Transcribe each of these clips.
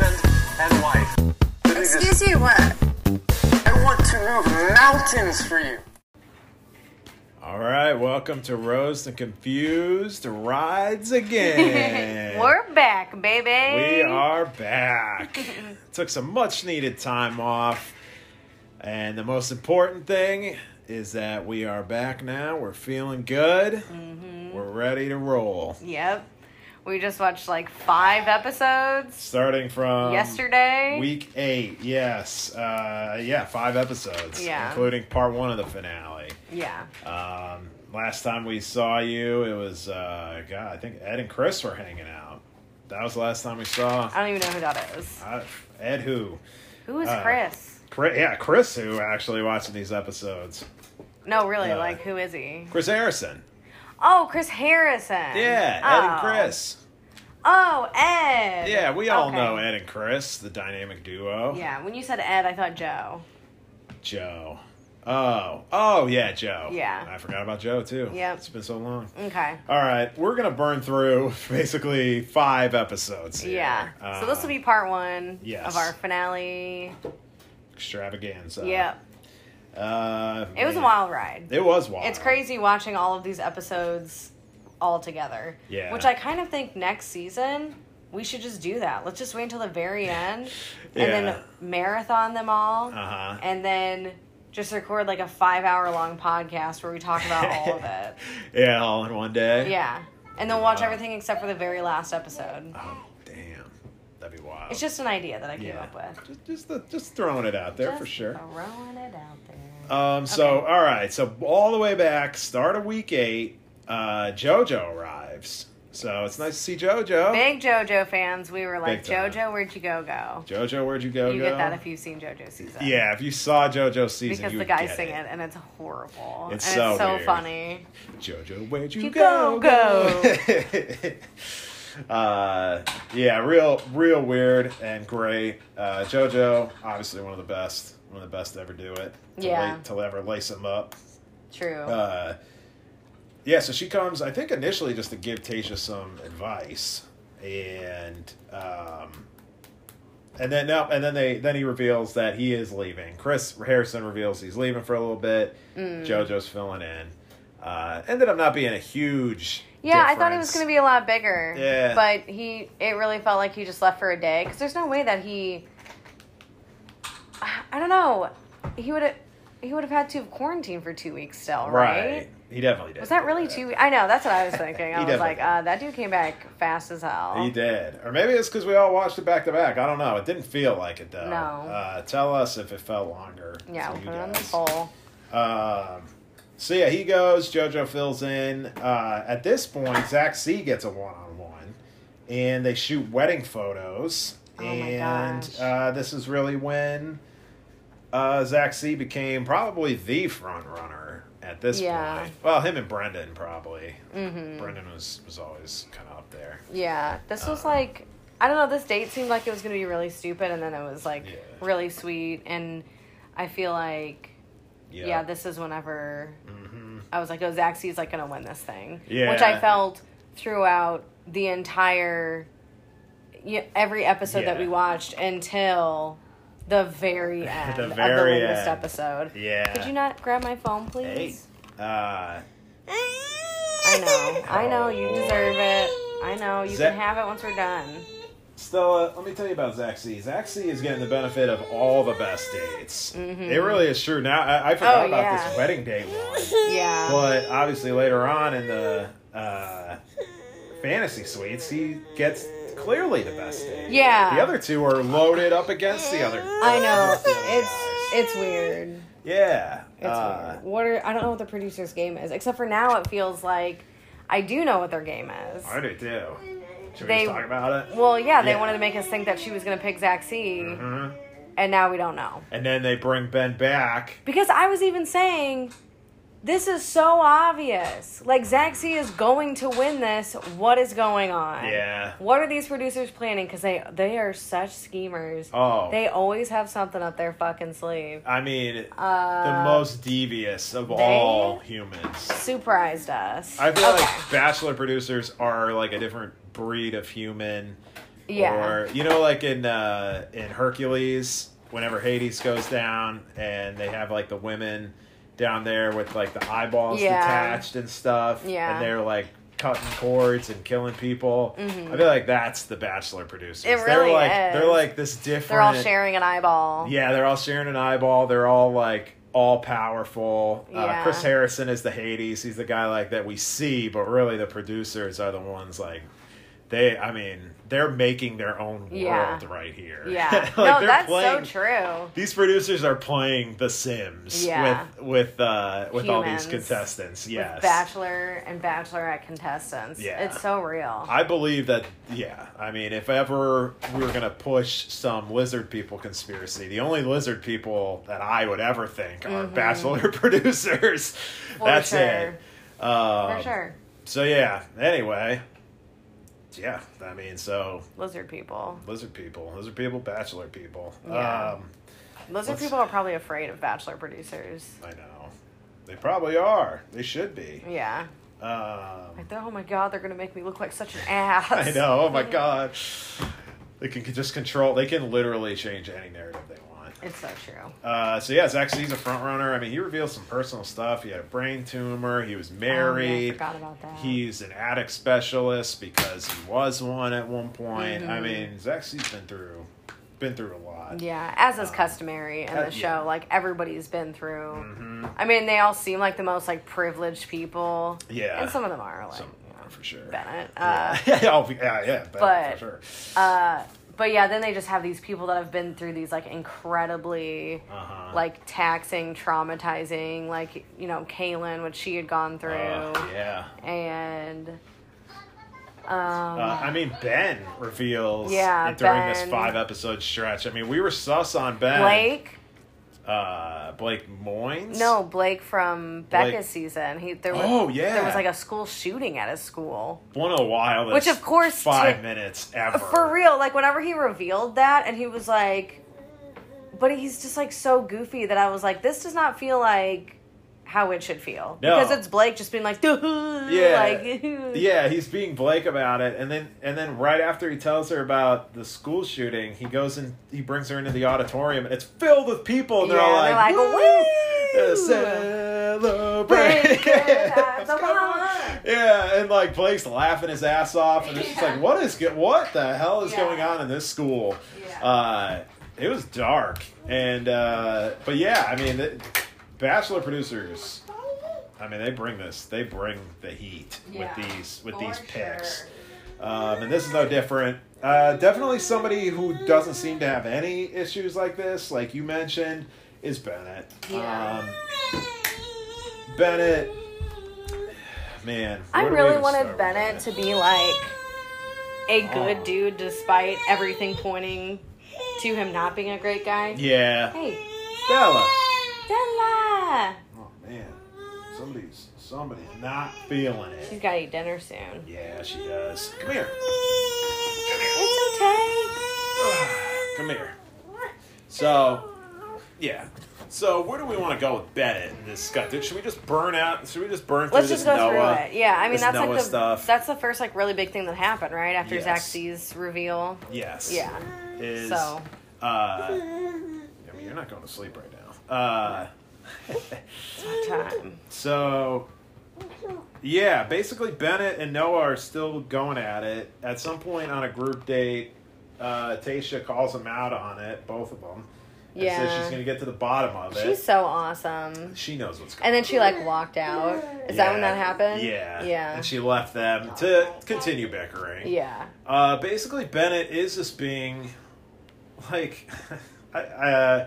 and wife. The nigga- Excuse you, what? I want to move mountains for you. All right, welcome to Rose and Confused Rides Again. We're back, baby. we are back. Took some much needed time off. And the most important thing is that we are back now. We're feeling good. Mm-hmm. We're ready to roll. Yep. We just watched like five episodes Starting from yesterday. Week eight, yes. Uh, yeah, five episodes, Yeah. including part one of the finale. yeah. Um, last time we saw you, it was uh, God. I think Ed and Chris were hanging out. That was the last time we saw I don't even know who that is. I, Ed. Who? Who is uh, Chris? Chris, yeah, Chris. Who actually watching these episodes? No, really, uh, like who is he? Chris Harrison. Oh, Chris Harrison. Yeah, Ed and Oh. Chris. Oh, Ed. Yeah, we all Okay. know Ed and Chris, the dynamic duo. Yeah, when you said Ed, I thought Joe. Joe. Oh, oh yeah, Joe. Yeah. I forgot about Joe too. Yep. it's been so long. Okay. All right, we're gonna burn through basically five episodes. here. Yeah. so this Uh, will be part one yes. Uh, of our finale. Um, extravaganza. yep. Uh, It was a man. wild ride. It was wild. It's crazy watching all of these episodes all together. Yeah. Which I kind of think next season we should just do that. Let's just wait until the very end Yeah. and then marathon them all Uh-huh. and then just record like a five hour long podcast where we talk about all of it. Yeah, all in one day. Yeah. And then watch Wow. everything except for the very last episode. Oh, damn. That'd be wild. It's just an idea that I came yeah. up with. Just just, the, just throwing it out there for Just sure. Throwing it out there. Um. So okay. all right. So all the way back, start of week eight. Uh, JoJo arrives. So it's nice to see JoJo. Big JoJo fans, we were like, Big time. JoJo, where'd you go go? JoJo, where'd you go? You go? get that if you've seen JoJo season. yeah, if you saw JoJo season, because you the would guys get sing it. and it's horrible. It's and so it's so weird. funny. JoJo, where'd you, You go? go, go? uh, yeah, real, real weird and great. Uh, JoJo, obviously one of the best, one of the best to ever do it. To Yeah. la- to ever lace him up. True. Uh, yeah, so she comes, I think initially just to give Tasha some advice, and um, and then no, and then they then he reveals that he is leaving. Chris Harrison reveals he's leaving for a little bit. Mm. JoJo's filling in. Uh, ended up not being a huge. yeah, I thought it was going to difference. be a lot bigger. Yeah. But he, it really felt like he just left for a day because there's no way that he. I don't know. He would have. He would have had to have quarantined for two weeks still, right? right. He definitely did. Was that really two? I know that's what I was thinking. I He was like, definitely- uh, that dude came back fast as hell. He did, or maybe it's because we all watched it back to back. I don't know. It didn't feel like it though. No. Uh, tell us if it felt longer. Yeah, to we'll you put it on the guys. poll. Um, so yeah, he goes. JoJo fills in. Uh, at this point, Zach C gets a one-on-one, and they shoot wedding photos. Oh my and gosh. Uh, this is really when uh, Zach C became probably the front runner at this Yeah. Mm-hmm. point. Well, him and Brendan probably. Brendan was was always kind of up there. Yeah, this was Uh, like I don't know. This date seemed like it was gonna be really stupid, and then it was like Yeah. really sweet. And I feel like yeah, Yeah, Mm-hmm. this is whenever I was like, oh, Zaxi's like gonna win this thing, which Yeah. I felt throughout the entire yeah, every episode that Yeah. we watched until the very end of very the latest end. episode. Yeah. Could you not grab my phone, Hey. please? Uh, I know, I know, you deserve it. I know, you Za- can have it once we're done. Stella, let me tell you about Zaxi. Zaxi is getting the benefit of all the best dates. It really is true. Now I, I forgot Mm-hmm. Oh, about yeah. this wedding date one, Yeah. but obviously later on in the uh, fantasy suites, he gets clearly the best date. Yeah. the other two are loaded up against the other. I know. against the other It's guys. it's weird. yeah. It's Uh, weird. What are I don't know what the producer's game is, except for now it feels like I do know what their game is. I do too. Should we They- just talk about it? Well, yeah, they Yeah. wanted to make us think that she was going to pick Zaxi, hmm and now we don't know. And then they bring Ben back. Because I was even saying, this is so obvious. Like Zaxi is going to win this. What is going on? Yeah. What are these producers planning? Because they they are such schemers. Oh. They always have something up their fucking sleeve. I mean, the Uh, most devious of all humans. Surprised us. I feel Okay. like bachelor producers are like a different breed of human Yeah. Or you know, like in uh, in Hercules, whenever Hades goes down, and they have like the women down there with like the eyeballs Yeah. detached and stuff, Yeah. and they're like cutting cords and killing people. I feel like that's the Bachelor producers. Mm-hmm. It they're really like they're is. like this different. They're all sharing an eyeball. Yeah, they're all sharing an eyeball. They're all like all powerful. Uh, Yeah. Chris Harrison is the Hades. He's the guy like that we see, but really the producers are the ones like they. I mean, they're making their own world Yeah. right here. Yeah. Like, no, they're that's playing- so true. These producers are playing The Sims Yeah. with with uh, with all these Humans. contestants. Yes, With bachelor and bachelorette contestants. Yeah. It's so real. I believe that, yeah. I mean, if ever we were going to push some lizard people conspiracy, the only lizard people that I would ever think are bachelor producers. Mm-hmm. For That's sure. it. Um, For sure. So, yeah. Anyway, yeah. I mean, so Lizard people. lizard people, lizard people, bachelor people. Yeah. Um, Lizard Let's- people are probably afraid of bachelor producers. I know. They probably are. They should be. Yeah. Um, Like, oh my god, they're gonna make me look like such an ass. I know. Oh, my God. They can just control, they can literally change any narrative they want. It's so true. Um, Uh, so yeah, Zach C's a front runner. I mean, he revealed some personal stuff. He had a brain tumor. He was Oh, married. I forgot about that. He's an addict specialist because he was one at one point. I mean, Zach C's been through, been through a lot. Mm-hmm. Yeah, as is customary in uh, the show, yeah. Mm-hmm. like everybody's been through. I mean, they all seem like the most like privileged people. Yeah. and some of them are like Some for sure. Bennett. Uh, Yeah. yeah, oh, yeah, yeah, Bennett, but- for sure. But yeah, then they just have these people that have been through these like incredibly Uh-huh. like taxing, traumatizing, like you know, Kaylin, what she had gone through, Uh, yeah. and Uh, I mean, Ben reveals Uh-huh. Yeah, during this Ben. five episode stretch. I mean, we were sus on Ben. Blake. Uh, Blake Moynes. No, Blake from Blake. Becca's season. He there was, Oh, yeah. there was like a school shooting at his school. One of the wildest. Which, of course, five to- minutes ever. For real, like whenever he revealed that and he was like but he's just like so goofy that I was like this does not feel like how it should feel. No. Because it's Blake just being like Yeah. like Yeah, he's being Blake about it, and then and then right after he tells her about the school shooting, he goes and he brings her into the auditorium, and it's filled with people, and they're Yeah, all they're like, like, "Woo!" "Woo!" Celebrate. Break it out, Let's go. Obama. yeah, and like Blake's laughing his ass off, and it's just Yeah. like, what is go- what the hell is Yeah. going on in this school? Yeah. Uh, it was dark, and uh, but yeah, I mean, the, Bachelor producers. I mean, they bring this. They bring the heat Yeah, with these with for these sure. picks, um, and this is no different. Uh, definitely somebody who doesn't seem to have any issues like this, like you mentioned, is Bennett. Yeah. Um, Bennett, man, I where do we really even start wanted with Oh. Bennett to be like a good dude despite everything pointing to him not being a great guy. Yeah, Hey, Bella. Della. Oh man, somebody's somebody's not feeling She's it. got to eat dinner soon. Yeah, she does. Come here. It's okay. Come here. Come here. So, yeah. So where do we want to go with Bennett in this scut? Should we just burn out? Should we just burn through Let's this just go Noah? through it. Yeah, I mean this that's Noah like the stuff. that's the first like really big thing that happened right after Yes. Zaxby's reveal. yes. Yeah. Is So uh, I mean you're not going to sleep right now. Uh, time. so yeah, basically Bennett and Noah are still going at it. At some point on a group date, uh, Tasha calls them out on it, both of them. and Yeah. says she's going to get to the bottom of it. She's so awesome. she knows what's going And then she like walked out. Is that when Yeah. that happened? Yeah. Yeah. Oh, And she left them to continue bickering. yeah. Uh, basically, Bennett is just being like, I, I, uh,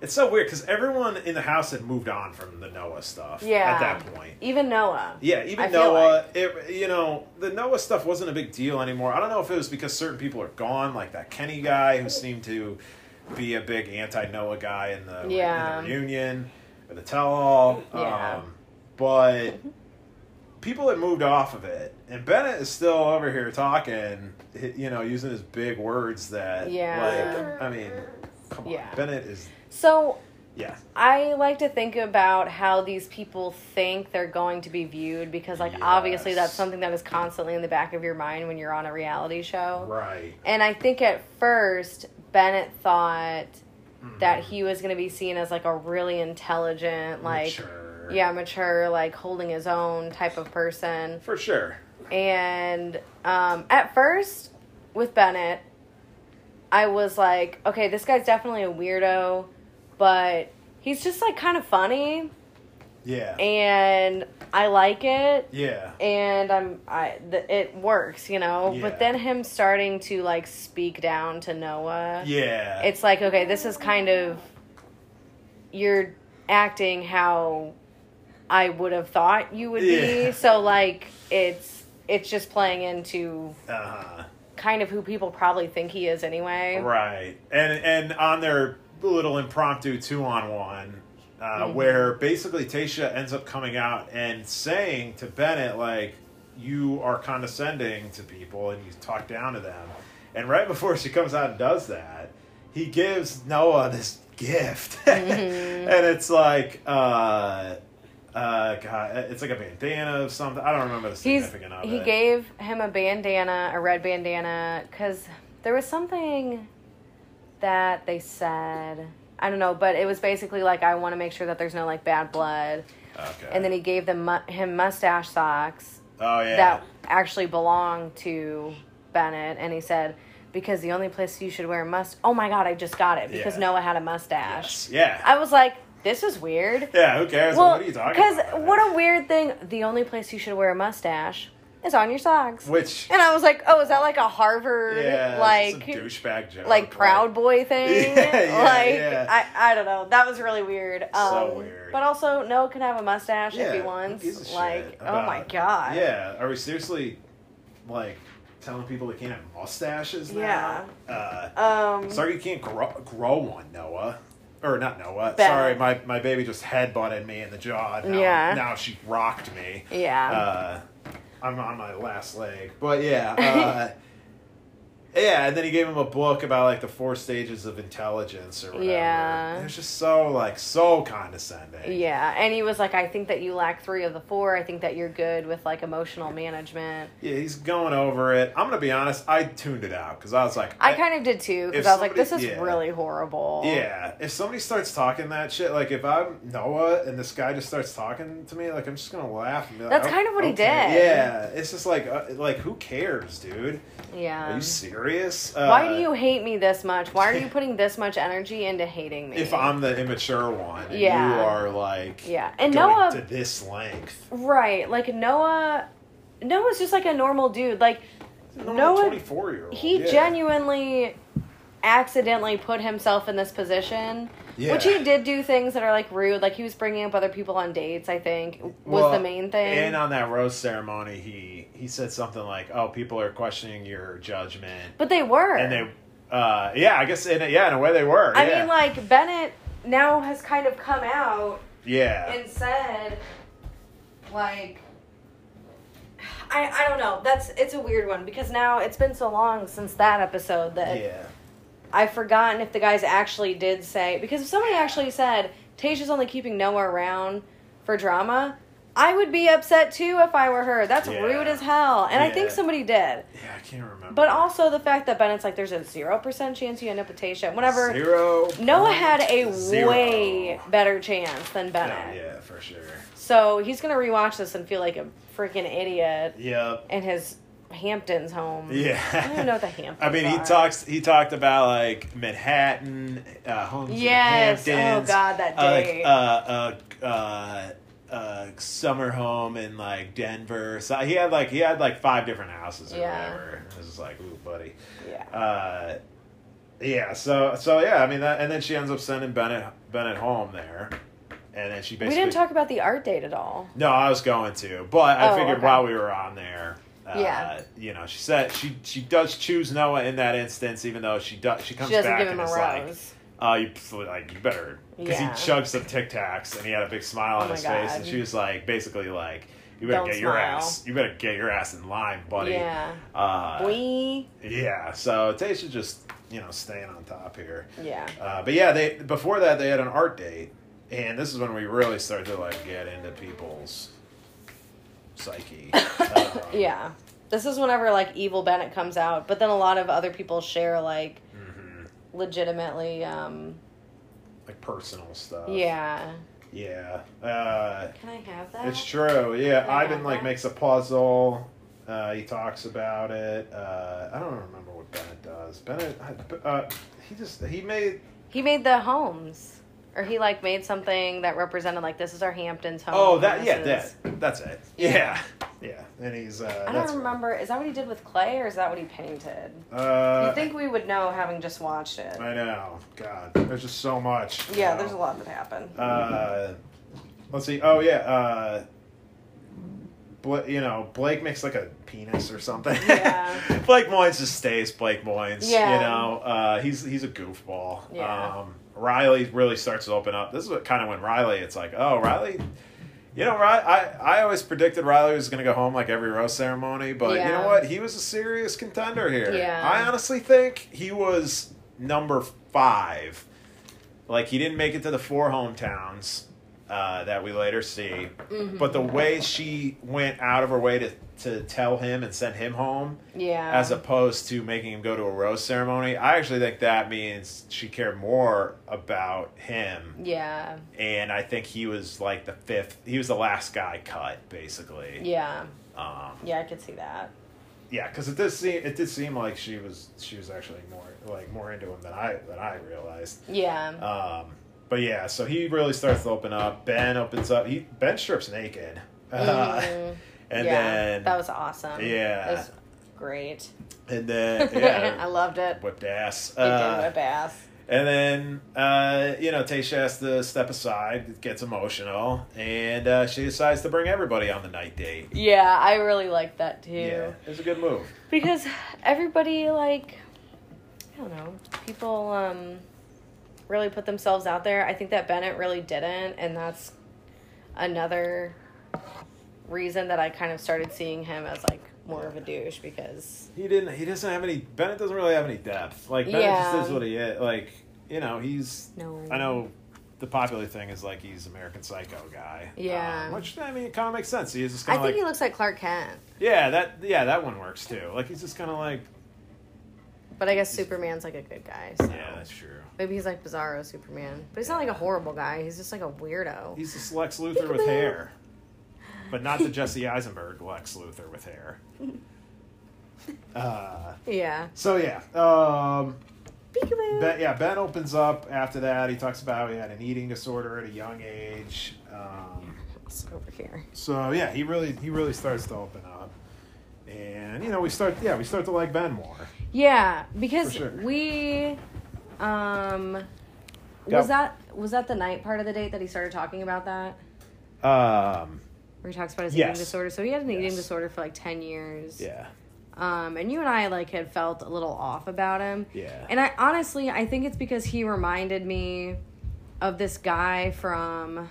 it's so weird because everyone in the house had moved on from the Noah stuff Yeah. at that point. Even Noah. Yeah, even I feel Noah, it, you know, the Noah stuff wasn't a big deal anymore. I don't know if it was because certain people are gone, like that Kenny guy who seemed to be a big anti Noah guy in the, in the Yeah. reunion or the tell all. Yeah. Um, but people had moved off of it, and Bennett is still over here talking, hi- you know, using his big words that, Yeah. like, I mean, come on, Yeah. Bennett is So Yeah. I like to think about how these people think they're going to be viewed because, like, obviously Yes. that's something that is constantly in the back of your mind when you're on a reality show. Right. And I think at first, Bennett thought Mm-hmm. that he was going to be seen as, like, a really intelligent, like, Mature. yeah, mature, like, holding his own type of person. For sure. And um, at first, with Bennett, I was like, okay, this guy's definitely a weirdo, but he's just like kind of funny, Yeah. and I like it, yeah. and I'm I th- it works, you know. Yeah. But then him starting to like speak down to Noah, yeah. it's like okay, this is kind of you're acting how I would have thought you would Yeah. be, so like it's it's just playing into uh-huh. kind of who people probably think he is anyway. Right. And and on their little impromptu two on one, uh, Mm-hmm. where basically Tasha ends up coming out and saying to Bennett, like, you are condescending to people and you talk down to them. And right before she comes out and does that, he gives Noah this gift. Mm-hmm. and it's like, uh, uh, God, it's like a bandana of something. I don't remember the He's significance of he it. gave him a bandana, a red bandana, because there was something that they said. I don't know, but it was basically like I want to make sure that there's no like bad blood. okay. And then he gave them mu- him mustache socks oh yeah, that actually belong to Bennett, and he said because the only place you should wear a must. Oh my God, I just got it because Yeah. Noah had a mustache. yeah, I was like, this is weird. yeah. Who cares? Well, what are you talking about? Because what a weird thing. The only place you should wear a mustache is on your socks. Which and I was like, oh, is that like a Harvard, yeah, like, some douchebag joke, like Proud Boy thing? Yeah, yeah, like, yeah. I, I don't know. That was really weird. Um, So weird. But also, Noah can have a mustache Yeah, if he who gives wants. a Like, shit oh my about- god. Yeah, are we seriously like telling people they can't have mustaches now? Yeah. Uh, Um. sorry, you can't grow, grow one, Noah. Or not Noah. Ben. Sorry, my, my baby just headbutted me in the jaw. Now, Yeah. Now she rocked me. Yeah. Uh, I'm on my last leg, but yeah. Uh, Yeah, and then he gave him a book about like the four stages of intelligence or whatever. Yeah. It was just so like so condescending. yeah, and he was like, "I think that you lack three of the four. I think that you're good with like emotional management." Yeah, he's going over it. I'm gonna be honest. I tuned it out because I was like, I kind of did too because If I was like, somebody- "This is yeah. really horrible." yeah. If somebody starts talking that shit, like if I'm Noah and this guy just starts talking to me, like I'm just gonna laugh. And be like, That's "Oh, kind of what he okay." did. Yeah, it's just like, uh, like who cares, dude? Are yeah. you serious? Uh, Um, Why do you hate me this much? Why are you putting this much energy into hating me? If I'm the immature one, and Yeah. you are like, Yeah. And going Noah- to this length. right, like Noah, Noah's just like a normal dude. Like Noah, twenty four year old. he genuinely accidentally put himself in this position, which Yeah. he did do things that are like rude. Like he was bringing up other people on dates. I think was the Well, main thing. And um, on that rose ceremony, he he said something like, "Oh, people are questioning your judgment." but they were. and they uh yeah i guess in a, yeah in a way they were I yeah. mean, like Bennett now has kind of come out yeah and said like I, I don't know that's it's a weird one because now it's been so long since that episode that yeah i've forgotten if the guys actually did say because if somebody actually said tasha's only keeping noah around for drama i would be upset too if i were her that's Yeah. rude as hell and i think Yeah. somebody did yeah i can't remember but also the fact that bennett's like there's a 0% chance you end up with tasha whenever zero noah had a Zero. way better chance than Oh, bennett yeah for sure so he's gonna rewatch this and feel like a freaking idiot yep in his Hamptons home. yeah I don't even know what the Hamptons. I mean, he are. talks. He talked about like Manhattan, uh, homes Yes. in the Hamptons. Oh, God, that uh, like, day. uh, uh, uh, uh, summer home in like Denver. So he had like he had like five different houses or Yeah. whatever. It was just like, ooh, buddy. Yeah. uh, yeah. So so yeah, I mean that, and then she ends up sending Bennett Bennett home there, and then she we basically. didn't talk about the art date at all. No, I was going to, but I Oh, figured okay. while we were on there. Uh, Yeah. you know, she said she she does choose Noah in that instance, even though she does she comes doesn't back give him and a is rose. like, uh, you so, like you better because Yeah. he chugged some Tic Tacs and he had a big smile Oh on my his face, and God. she was like, basically like, you better Don't get your smile. ass, you better get your ass in line, buddy. Yeah. Uh, we yeah, so Tasha just you know staying on top here. Yeah. Uh, but yeah, they before that they had an art date, and this is when we really started to like get into people's psyche. Um, Yeah. This is whenever like Evil Bennett comes out, but then a lot of other people share like Mm-hmm. legitimately um like personal stuff. yeah. yeah. Uh, Can I have that? It's true. Yeah, I Ivan got like that. makes a puzzle. Uh, he talks about it. Uh, I don't remember what Bennett does. Bennett, I- uh, he just he made He made the homes. Or he like made something that represented like this is our Hamptons home. oh that this yeah is- that that's it yeah yeah and he's uh, I that's don't remember. Is that what he did with clay, or is that what he painted? Uh, you think we would know having just watched it? I know. God, there's just so much. you yeah, know. there's a lot that happened. Uh, let's see. Oh yeah. Uh, Bla- you know, Blake makes like a penis or something. Yeah. Blake Moynes just stays Blake Moynes. Yeah. You know, uh, he's he's a goofball. Yeah. Um, Riley really starts to open up. This is what kind of when Riley, it's like, oh, Riley. You know, Riley, I, I always predicted Riley was going to go home like every roast ceremony, but you Yeah. know what? He was a serious contender here. Yeah. I honestly think he was number five like he didn't make it to the four hometowns uh, that we later see, Mm-hmm. but the way she went out of her way to to tell him and send him home, yeah, as opposed to making him go to a rose ceremony, I actually think that means she cared more about him, yeah, and I think he was like the fifth. He was the last guy cut, basically. yeah, Um, yeah. I could see that. yeah, because it did seem it did seem like she was she was actually more like more into him than I than I realized. Yeah, Um, but yeah, so he really starts to open up. Ben opens up. He Ben strips naked, uh, Mhm. and yeah. then that was awesome. Yeah. it was great. and then yeah, I loved it. whipped ass. It Uh, did whip ass. And then uh, you know Tasha has to step aside. It gets emotional, and uh, she decides to bring everybody on the night date. Yeah, I really liked that too. Yeah, it's a good move. because everybody like i don't know people um really put themselves out there i think that bennett really didn't and that's another reason that i kind of started seeing him as like more of a douche because He didn't. He doesn't have any. Bennett doesn't really have any depth. Like Bennett Yeah. just is what he is. Like you know, he's. No. I know. The popular thing is like he's American Psycho guy. Yeah. Um, which I mean, it kind of makes sense. He's just i kind think of like. he looks like clark kent yeah, that yeah that one works too. Like he's just kind of like. but i guess superman's like a good guy so Yeah, that's true. maybe he's like bizarro superman but he's not like a horrible guy he's just like a weirdo He's just Lex Luthor with hair, but not the Jesse Eisenberg Lex Luthor with hair. Uh, yeah so yeah, um, Peekaboo. Ben, yeah, Ben opens up after that. He talks about he had an eating disorder at a young age. Um, It's over here so yeah, he really he really starts to open up, and you know we start yeah we start to like Ben more. Yeah, because For sure. we um Go. was that was that the night part of the date that he started talking about that? Um, Where he talks about his Yes. eating disorder. So he had an Yes. eating disorder for like ten years. Um and you and I like had felt a little off about him. Yeah. And I honestly I think it's because he reminded me of this guy from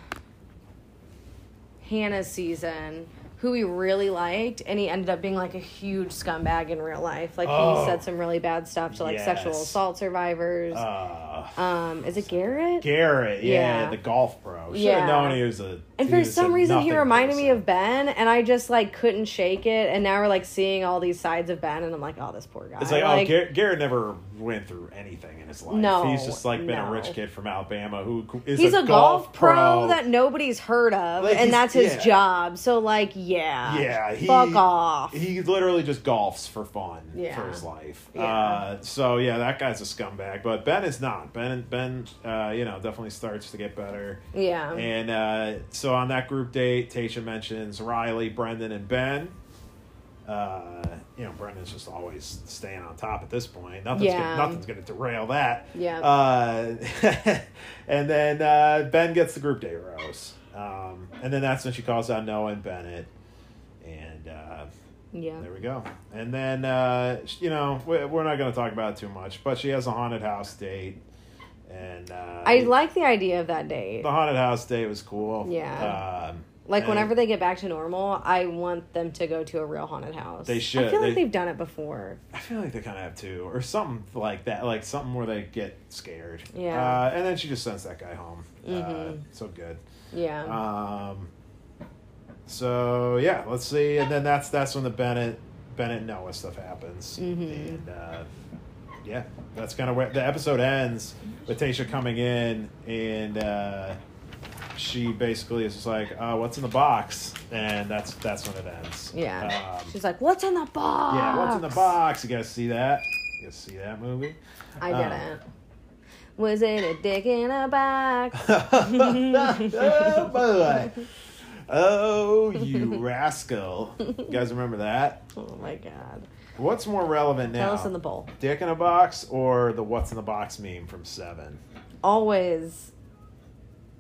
Hannah's season who he really liked and he ended up being like a huge scumbag in real life. Like Oh. he said some really bad stuff to like sexual Yes. assault survivors. Uh, Um, is it Garrett? Garrett, yeah, Yeah. the golf pro. Should Yeah. have known he was a. and he for was a some reason, he nothing reminded me person. of Ben, and I just like couldn't shake it. And now we're like seeing all these sides of Ben, and I'm like, oh, this poor guy. It's like, oh, Garrett, Garrett never went through anything in his life. No, he's just like been a no. rich kid from Alabama who is he's a, golf pro. that nobody's heard of, Like, and he's- that's his yeah. job. So like, yeah, yeah, he, fuck off. He literally just golfs for fun Yeah. for his life. Yeah. Uh, so yeah, that guy's a scumbag. But Ben is not. Ben Ben, uh, you know, definitely starts to get better. yeah, And uh, so on that group date, Tasha mentions Riley, Brendan, and Ben. Uh, you know, Brendan's just always staying on top at this point. Nothing's Yeah. gonna, nothing's going to derail that. Yeah. Uh, and then uh, Ben gets the group date rose. Um, and then that's when she calls out Noah and Bennett. And uh, yeah. there we go. And then, uh, sh- you know, we- we're not going to talk about it too much, but she has a haunted house date. And uh, I like the idea of that date. the haunted house day was cool. Yeah. Um, Like And- whenever they get back to normal, I want them to go to a real haunted house. They should. I feel like They- they've done it before. I feel like they kind of have two or something like that, like something where they get scared. Yeah. Uh, and then she just sends that guy home. Uh, Mhm. so good. Yeah. Um, so yeah, let's see, and then that's that's when the Bennett Bennett and Noah stuff happens, Mhm. and uh, yeah, that's kind of where the episode ends with Tasha coming in, and uh, she basically is just like, uh, "What's in the box?" and that's that's when it ends. yeah. Um, She's like, "What's in the box?" yeah, what's in the box? You guys see that? You guys see that movie? I Um, didn't. Was it a dick in a box? oh boy. Oh, you rascal. You guys remember that? Oh my god. What's more relevant now? Tell us in the bowl. Dick in a box or the what's in the box meme from Seven? Always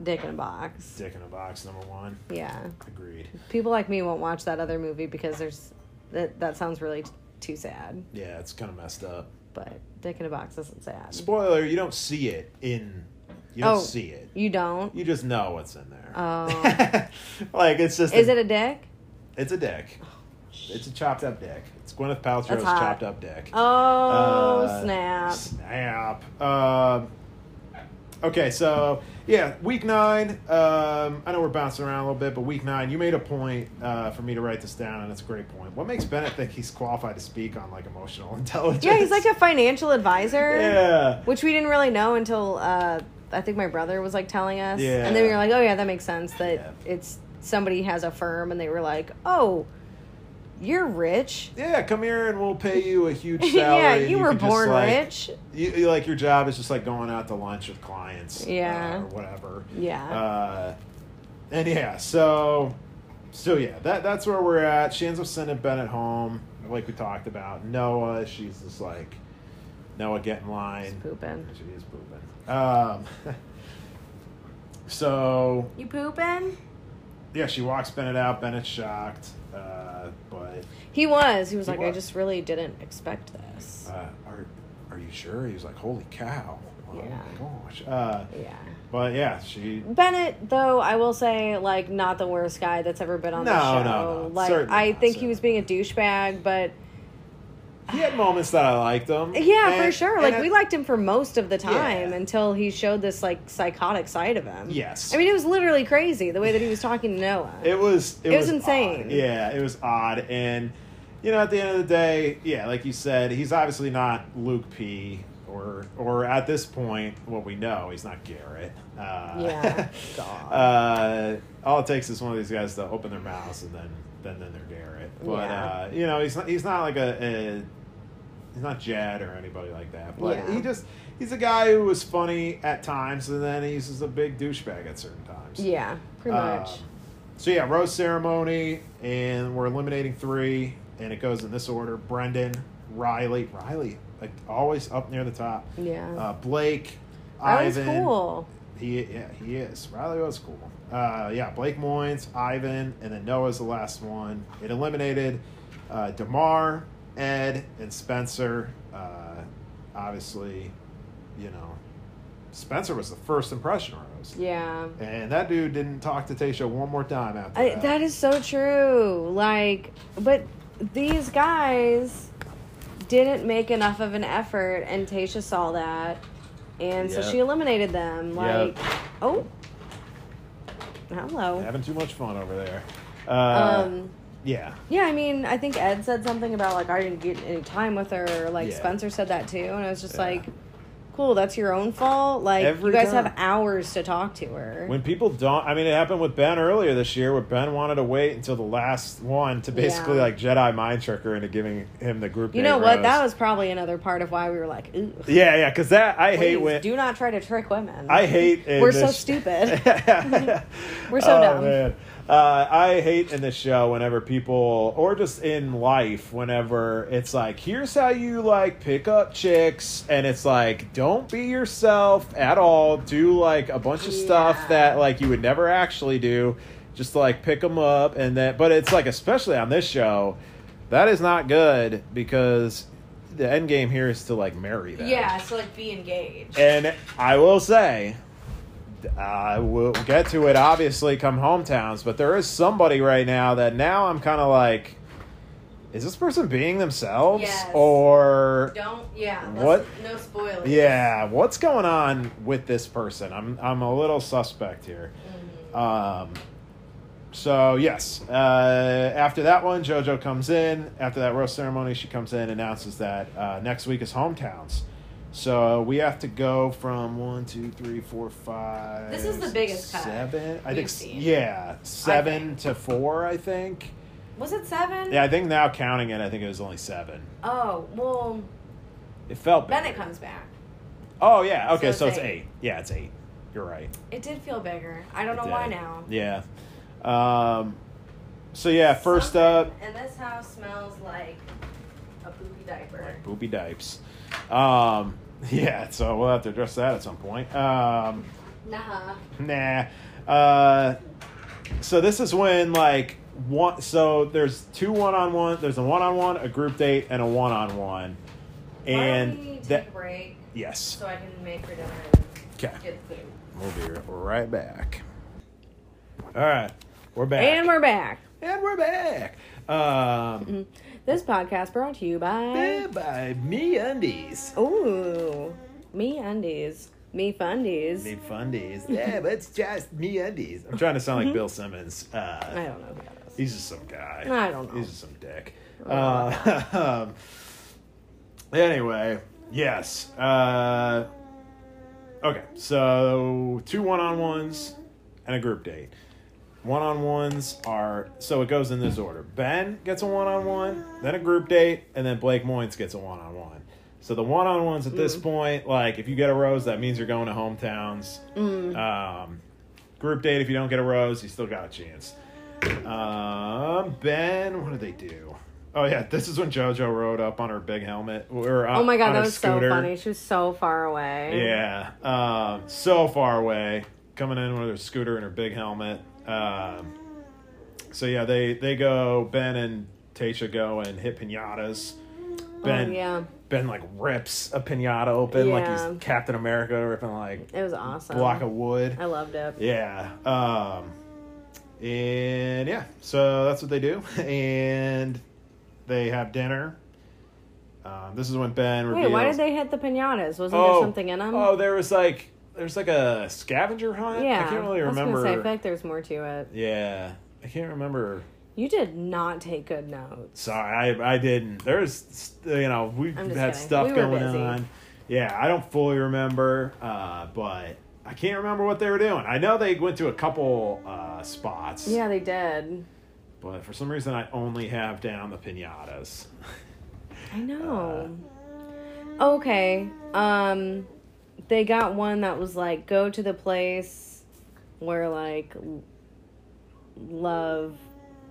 dick in a box. Dick in a box, number one. Yeah. Agreed. People like me won't watch that other movie because there's that that sounds really t- too sad, Yeah, it's kind of messed up. but dick in a box isn't sad. Spoiler, you don't see it in. You don't Oh. see it. You don't? You just know what's in there. Oh. like, it's just. Is it a dick? It's a dick. It's a chopped up dick. It's Gwyneth Paltrow's That's hot. chopped up dick. Oh, Uh, snap. Snap. Um, okay, so yeah, week nine. Um, I know we're bouncing around a little bit, but week nine, you made a point uh, for me to write this down, and it's a great point. What makes Bennett think he's qualified to speak on like emotional intelligence? Yeah, he's like a financial advisor. yeah. Which we didn't really know until uh, I think my brother was like telling us. Yeah. And then we were like, oh, yeah, that makes sense that Yeah. it's somebody has a firm and they were like, oh, you're rich. Yeah, come here and we'll pay you a huge salary. yeah, and you were can just, born like- rich. You, you- like your job is just like going out to lunch with clients, uh, Yeah. or whatever. Yeah. Uh, and yeah, so so yeah, that that's where we're at. She ends up sending Bennett home, like we talked about. Noah, she's just like Noah, get in line. Just pooping. She is pooping. Um, so You pooping? yeah, she walks Bennett out. Bennett's shocked, uh, but He was. He was He like, I was. just really didn't expect this. uh, are are you sure? He was like, holy cow, oh Yeah. my gosh. Uh, yeah. but yeah, she Bennett, though, I will say, like, not the worst guy that's ever been on the No, show. no, no. Like, Certainly I not, think certainly he was being a douchebag, but he had moments that I liked him. yeah, for And- sure. and Like, I- we liked him for most of the time Yeah. until he showed this, like, psychotic side of him. Yes. I mean, it was literally crazy the way that he was talking to Noah. It was. It, It was insane. odd. Yeah, it was odd, and you know, at the end of the day, yeah, like you said, he's obviously not Luke P. Or, or at this point, what we know, he's not Garrett. Uh, Yeah. God. uh, all it takes is one of these guys to open their mouths, and then then then they're Garrett. But Yeah. uh, you know, he's not he's not like a, a he's not Jed or anybody like that. But Yeah. he just he's a guy who was funny at times, and then he's just a big douchebag at certain times. yeah, pretty Um, much. so yeah, rose ceremony, and we're eliminating three, and it goes in this order: Brendan, Riley, Riley, like always up near the top. Yeah. Uh, Blake, that was Ivan. cool. He yeah he is Riley was cool. Uh, yeah, Blake Moynes, Ivan, and then Noah's the last one. It eliminated uh, Demar, Ed, and Spencer. Uh, obviously, you know, Spencer was the first impression rose. Yeah. And that dude didn't talk to Tasha one more time after I, that. that is so true. Like, but these guys didn't make enough of an effort, and Tasha saw that, and so Yep. she eliminated them. Like, oh, hello. Having too much fun over there. Uh, Um, yeah. yeah, I mean, I think Ed said something about like I didn't get any time with her. Or, like Yeah. Spencer said that too, and I was just Yeah. like, cool, that's your own fault. Like, Every you guys time. have hours to talk to her. When people don't, I mean, it happened with Ben earlier this year, where Ben wanted to wait until the last one to basically Yeah. like Jedi mind trick her into giving him the group. you date know what? rose. That was probably another part of why we were like, ooh. Yeah, yeah, because that I hate Please, when do not try to trick women. I hate. in We're so this- stupid. We're We're so dumb. Oh, Uh, I hate in this show whenever people, or just in life, whenever it's like, here's how you like pick up chicks, and it's like, don't be yourself at all. Do like a bunch of stuff Yeah. that like you would never actually do, just like pick them up, and then. But it's like, especially on this show, that is not good because the end game here is to like marry them. yeah, so like be engaged. And I will say, I will get to it obviously come hometowns, but there is somebody right now that now I'm kind of like, is this person being themselves Yes. or Don't. Yeah. that's- What? No spoilers. yeah, what's going on with this person? I'm I'm a little suspect here. Um, so yes, uh, after that one, JoJo comes in. After that roast ceremony, she comes in, announces that uh, next week is hometowns. So we have to go from one, two, three, four, five. This is the biggest cut Seven, I we've think. s- seen. Yeah, seven to four, I think. Was it seven? Yeah, I think now counting it, I think it was only seven. Oh well, It felt then big. it comes back. Oh yeah, okay, So it's so, it's eight. eight. Yeah, it's eight. You're right. It did feel bigger. I don't know It why did. now. Yeah. Um, so yeah, first up, And this house smells like a poopy diaper. like booby dipes. Um, yeah, so we'll have to address that at some point. Um, Nah. nah. Uh, so this is when like one. So there's two one-on-one. There's a one-on-one, a group date, and a one-on-one. why don't we And take that a break yes. so I can make her dinner Okay, and get food. we'll be right back. All right, we're back. And we're back. And we're back. Um, This podcast brought to you by by me undies. Oh. Ooh Me Undies. Me Fundies. Need fundies. Yeah, but it's just me undies. I'm trying to sound Mm-hmm. like Bill Simmons. I Uh, don't know who that is. he's just some guy. I don't know. Oh. He's just some dick. Uh, um, anyway, yes. Uh, okay, so two one on ones and a group date. One on ones are so it goes in this order. Ben gets a one on one, then a group date, and then Blake Moynes gets a one on one. So the one on ones at this Mm. point, like if you get a rose, that means you're going to hometowns. Mm. Um, group date, if you don't get a rose, you still got a chance. Um, Ben, what did they do? Oh yeah, this is when JoJo rode up on her big helmet. Or on, Oh my god, on that her was scooter. so funny. She was so far away. Yeah, um, so far away, coming in with her scooter and her big helmet. Um, so yeah, they they go. Ben and Tasha go and hit pinatas. Ben, Oh, yeah. Ben like rips a pinata open like Yeah. he's Captain America ripping like It was awesome. block of wood. I loved it. Yeah. Um, and yeah, so that's what they do, and they have dinner. Um, this is when Ben Wait, reveals. why did they hit the pinatas? Wasn't there something in them? Oh, there was like there's like a scavenger hunt. yeah. I can't really was gonna remember. say, I feel like there's more to it. yeah, I can't remember. You did not take good notes. Sorry, I I didn't. There's you know we I'm just kidding. had stuff We were going busy. on. Yeah, I don't fully remember, uh, but I can't remember what they were doing. I know they went to a couple uh, spots. Yeah, they did. But for some reason, I only have down the pinatas. I know. Uh. okay. Um they got one that was like go to the place where like l- love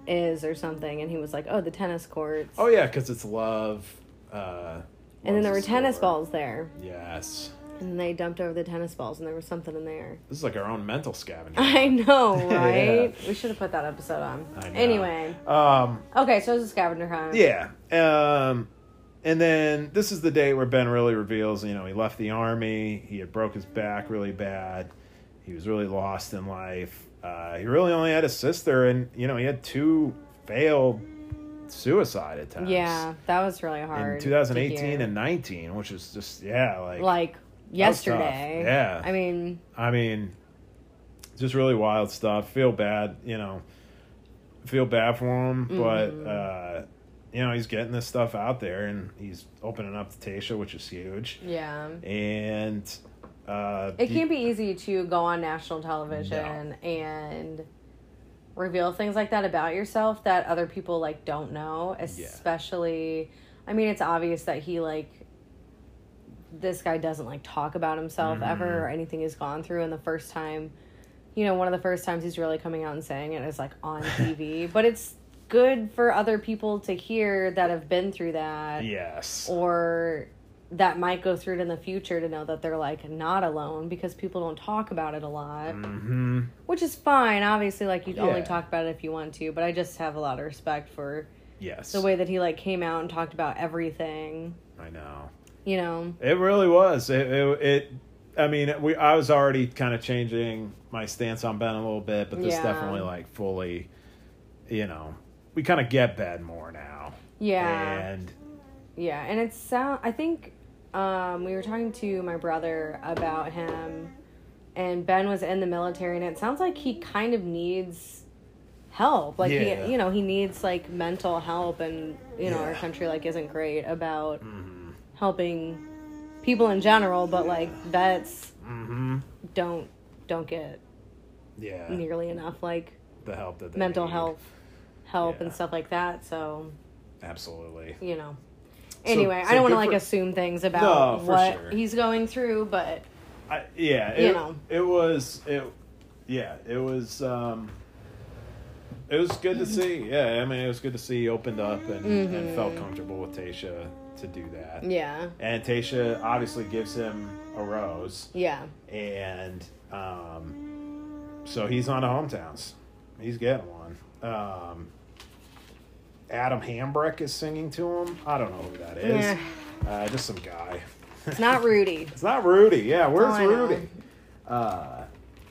is or something and he was like, "Oh, the tennis courts." oh yeah, because it's love. Uh, and then there were love's a tennis store. balls there. Yes, And they dumped over the tennis balls and there was something in there. this is like our own mental scavenger. I know, Yeah. right? We should have put that episode on. I know. Anyway, um, okay, so it was a scavenger hunt. yeah. Um, and then this is the day where Ben really reveals. You know, he left the army. He had broke his back really bad. He was really lost in life. Uh, he really only had a sister, and you know, he had two failed suicide attempts. Yeah, that was really hard. in to 2018 hear. and 19, which is just yeah, like, like was tough. yesterday. Yeah. I mean, I mean, just really wild stuff. Feel bad, you know, feel bad for him, Mm-hmm. but uh, you know he's getting this stuff out there and he's opening up to Tasha, which is huge, yeah. and uh, It the- can't be easy to go on national television and reveal things like that about yourself that other people like don't know, especially I mean, it's obvious that he like this guy doesn't like talk about himself ever or anything he's gone through and the first time you know, one of the first times he's really coming out and saying it is like on TV, but it's good for other people to hear that have been through that yes, or that might go through it in the future to know that they're like not alone because people don't talk about it a lot, hmm which is fine. Obviously, like you only Yeah. talk about it if you want to, but I just have a lot of respect for yes, the way that he like came out and talked about everything, I know. you know. It really was. It, it, it I mean, we I was already kind of changing my stance on Ben a little bit, but this Yeah. definitely like fully, you know, we kind of get Ben more now, Yeah. and Yeah, and it's sound. I think um, we were talking to my brother about him, and Ben was in the military, and it sounds like he kind of needs help. Like Yeah. he, you know, he needs like mental help, and you know, our Yeah. Mm-hmm. country like isn't great about helping people in general, but like vets Mm-hmm. don't don't get yeah, nearly enough like the help that they mental need. health help and Yeah. stuff like that. So absolutely. you know. Anyway, so I don't want good to like for- assume things about No, for what sure. he's going through, but I, yeah, it, You know. it was it, yeah, it was um, it was good to see. Yeah, I mean, it was good to see you opened up and, and felt comfortable with Tasha to do that. Mm-hmm. yeah, And Tasha obviously gives him a rose, yeah, and um, so he's on to hometowns. He's getting one. Um, Adam Hambrick is singing to him. I don't know who that is. Yeah. Uh, just some guy. it's not Rudy. It's not Rudy. Yeah, where's all Oh, I know. Rudy? Uh,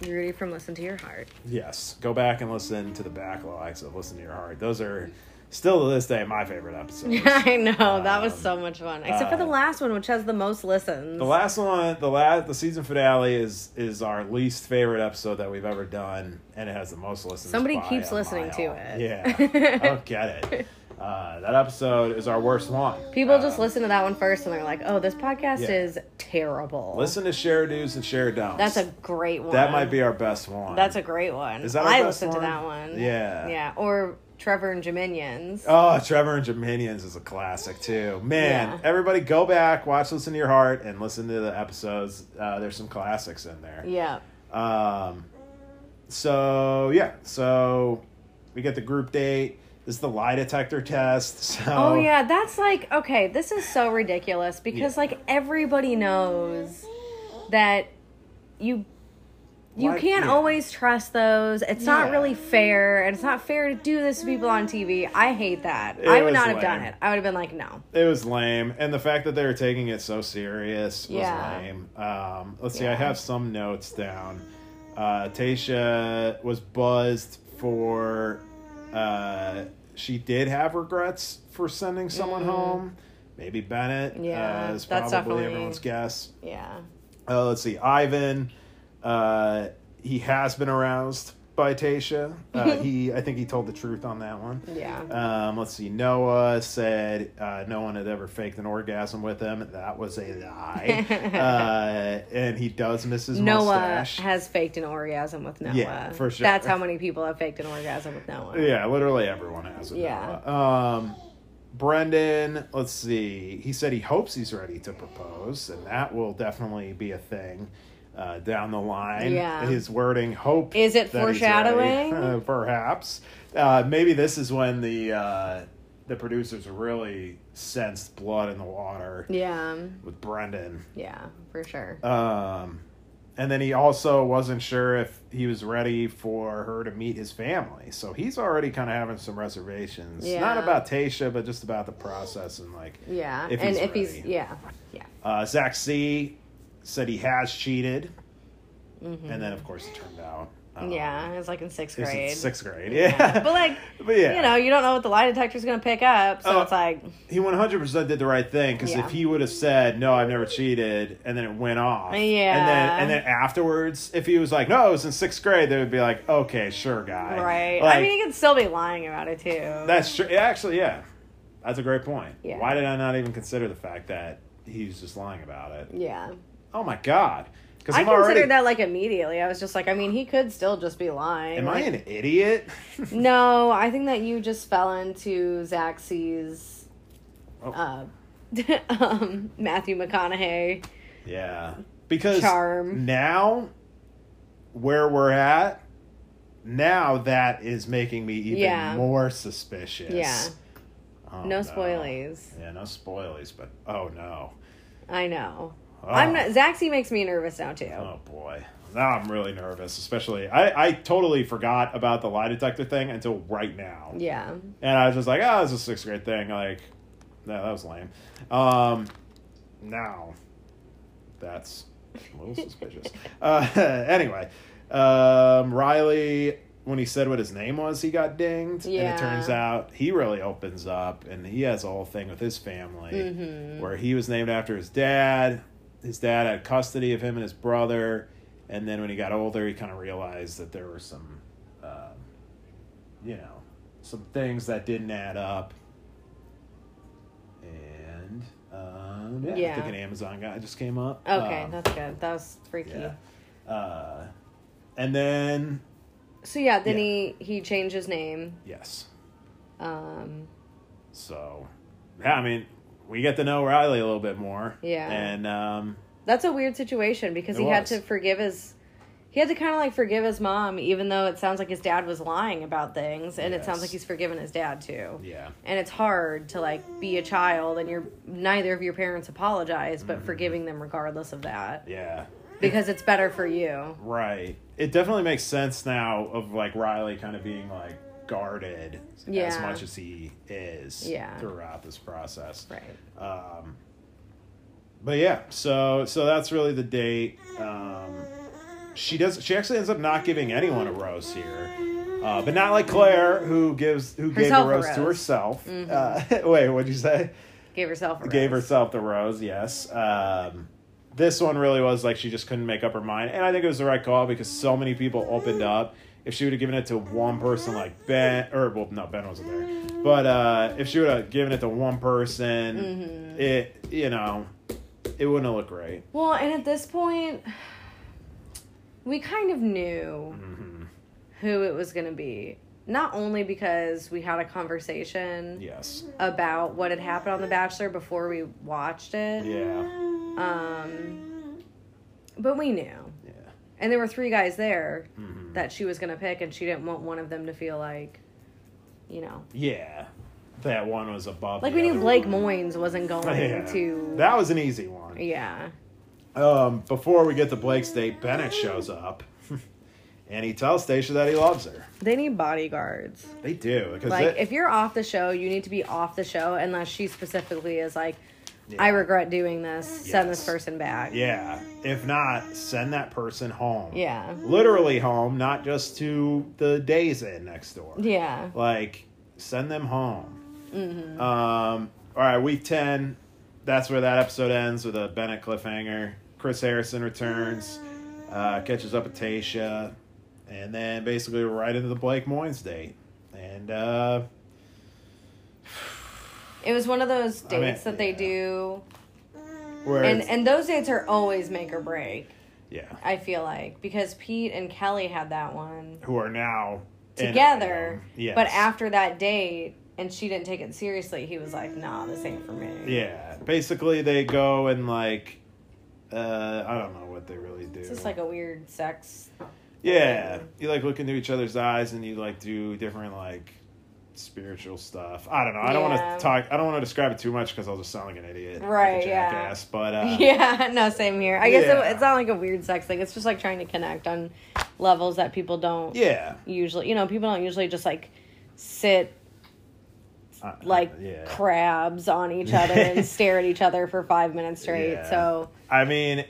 Rudy from Listen to Your Heart. yes, go back and listen to the backlogs of Listen to Your Heart. Those are still to this day my favorite episodes. I know that was so much fun, except for the uh, last one, which has the most listens. the last one, the last, the season finale is is our least favorite episode that we've ever done, and it has the most listens. Somebody by keeps a listening mile. to it. Yeah, I don't get it. Uh, that episode is our worst one. People Uh, just listen to that one first, and they're like, "Oh, this podcast Yeah. is terrible." listen to share do's and share don'ts. that's a great one. that might be our best one. that's a great one. Is that our I best listened one? to that one. Yeah. yeah, or Trevor and Jaminions. Oh, Trevor and Dominions is a classic too. Man, Yeah. everybody go back, watch Listen to Your Heart, and listen to the episodes. Uh, there's some classics in there. Yeah. Um, so, yeah. So, we get the group date. This is the lie detector test. So, Oh yeah, that's like okay, this is so ridiculous because Yeah. like everybody knows that you you Why- can't yeah. always trust those. It's not Yeah. really fair and it's not fair to do this to people on TV. I hate that. I would was not have done lame. it. I would have been like, "No." It was lame. And the fact that they were taking it so serious was Yeah. lame. Um, let's see, Yeah. I have some notes down. Uh, Tasha was buzzed for. Uh, she did have regrets for sending someone home. Maybe Bennett. Mm-hmm. Yeah, Uh, is that's probably definitely- everyone's guess. Yeah. Uh, let's see, Ivan. Uh, he has been aroused by Tasha. Uh, he, I think he told the truth on that one. Yeah. Um, let's see. Noah said uh, no one had ever faked an orgasm with him. That was a lie. uh, and he does miss his Noah mustache. has faked an orgasm with Noah. Yeah, for sure. That's how many people have faked an orgasm with Noah. yeah, literally everyone has. With Yeah. Noah. Um, Brendan. Let's see. He said he hopes he's ready to propose, and that will definitely be a thing. Uh, down the line, Yeah. his wording hope Is it that he's ready. foreshadowing? perhaps. Uh, maybe this is when the uh, the producers really sensed blood in the water. Yeah. with Brendan. Yeah, for sure. Um, and then he also wasn't sure if he was ready for her to meet his family. So he's already kind of having some reservations. Not Yeah. about Tasha, but just about the process and like. yeah. if and he's if he's ready. yeah. Yeah. Uh, Zach C said he has cheated. And then, of course, it turned out. um, Mm-hmm. Yeah, it was like in 6th it's in grade. Sixth grade. Yeah. but like But yeah. you know you don't know what the lie detector's gonna pick up so Oh. it's like he 100% did the right thing because Yeah. if he would have said no i've never cheated and then it went off and then Yeah. and then afterwards if he was like no it was in sixth grade they would be like okay sure guy right like, i mean he could still be lying about it too that's true actually yeah that's a great point Yeah. why did i not even consider the fact that he was just lying about it yeah oh my god because i i'm considered already that like immediately i was just like i mean he could still just be lying am i Like, an idiot no i think that you just fell into zaxby's Oh. uh um matthew mcconaughey Yeah. Because Charm. now where we're at, now that is making me even Yeah. more suspicious. Yeah. Oh, no spoilies Yeah, no spoilies, but oh no. i know Oh, i'm not zaxby makes me nervous now too oh boy. Now I'm really nervous, especially I, I totally forgot about the lie detector thing until right now. yeah And I was just like, oh, it's a sixth grade thing. Like, no, that was lame. Um, now, that's A little suspicious. uh, anyway, um, Riley, when he said what his name was, he got dinged. And Yeah. it turns out he really opens up and he has a whole thing with his family where he was named after his dad. His dad had custody of him and his brother. And then when he got older, he kind of realized that there were some, um, you know, some things that didn't add up. And um, yeah, I Yeah. think an Amazon guy just came up. Okay, Um, that's good. That was freaky. yeah. Uh, and then So yeah, then Yeah. he he changed his name. yes, Um, so yeah, I mean, we get to know Riley a little bit more. Yeah. and um, that's a weird situation because It he had was. to forgive his he had to kind of like forgive his mom even though it sounds like his dad was lying about things and it Yes. sounds like he's forgiven his dad too. yeah, And it's hard to like be a child and you're neither of your parents apologize but forgiving them regardless of that Mm-hmm. yeah, because it's better for you. right. It definitely makes sense now of like Riley kind of being like guarded as Yeah. much as he is Yeah. throughout this process. Right. Um, but yeah, so so that's really the date. Um, she does. She actually ends up not giving anyone a rose here, uh, but not like Claire, who gives who gave a Herself a rose, to rose. herself. Uh, wait, what'd you say? Gave herself a Gave rest. herself the rose. Yes. Um, this one really was like she just couldn't make up her mind, and I think it was the right call because so many people opened Mm-hmm. up. If she would have given it to one person like Ben, or well, no, Ben wasn't there, but uh, if she would have given it to one person, Mm-hmm. it you know, it wouldn't have looked great. Well, and at this point, we kind of knew Mm-hmm. who it was going to be. Not only because we had a conversation Yes. about what had happened on The Bachelor before we watched it, Yeah. um, but we knew. Yeah. And there were three guys there Mm-hmm. that she was going to pick, and she didn't want one of them to feel like, you know, Yeah. That one was above. like the we knew other Blake one. Moynes wasn't going Yeah. to. That was an easy one. yeah. um, before we get to Blake's date, Bennett shows up, and he tells Stacia that he loves her. They need bodyguards. They do because Like, they- if you're off the show, you need to be off the show unless she specifically is like, I Yeah. regret doing this. Send this Yes. person back. yeah, if not, send that person home. Yeah. literally home, not just to the days in next door. Yeah. like send them home. Mm-hmm. Um, all right, week ten. That's where that episode ends with a Bennett cliffhanger. Chris Harrison returns, uh, catches up with Tasha, and then basically we're right into the Blake Moynes date. And uh, It was one of those dates mean, that they yeah. do. where And, it's- and those dates are always make or break, yeah, I feel like, because Pete and Kelly had that one who are now in together. Idaho. uh, Yes. But after that date, and she didn't take it seriously, he was like, nah, this ain't for me. yeah, basically they go and like uh, I don't know what they really do. It's just like a weird sex. Yeah, you like look into each other's eyes and you like do different like spiritual stuff. I don't know. I don't Yeah. want to talk. I don't want to describe it too much because I'll just sound like an idiot, like a Right, yeah. jackass. But uh, yeah, no, same here. I guess Yeah. it, it's not like a weird sex thing. It's just like trying to connect on levels that people don't yeah, usually you know people don't usually just like sit Uh, like yeah. crabs on each other and stare at each other for five minutes straight Yeah. so I mean,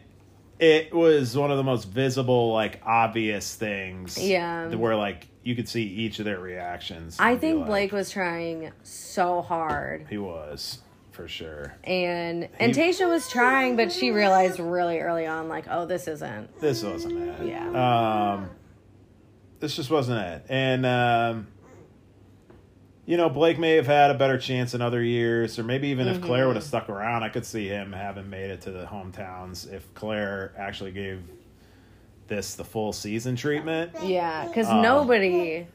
it was one of the most visible, like obvious things. Yeah. th- where like you could see each of their reactions. i and be think like- blake was trying so hard He was for sure. and and He- tasha was trying but she realized really early on like oh this isn't This wasn't it. Yeah. Um, this just wasn't it. And, um, you know, Blake may have had a better chance in other years, or maybe even if Mm-hmm. Claire would have stuck around, I could see him having made it to the hometowns if Claire actually gave this the full season treatment. yeah because Um, nobody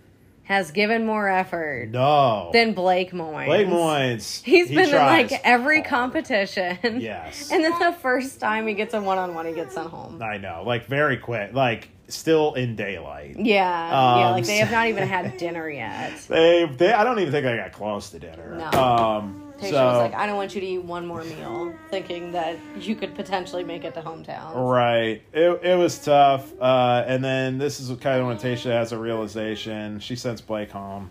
has given more effort No. than blake moynes Blake Moynes. He's he been in tries like every hard. competition. Yes. And then the first time he gets a one on one, he gets sent home. I know. Like, very quick. Like, still in daylight. Yeah, yeah. Um, Like they have not even had dinner yet. They, they, I don't even think I got close to dinner. No. Um, Tasha so, was like, "Ah." "I don't want you to eat one more meal," thinking that you could potentially make it to hometown. Right. It, it was tough. Uh, and then this is kind of when Tasha has a realization. She sends Blake home.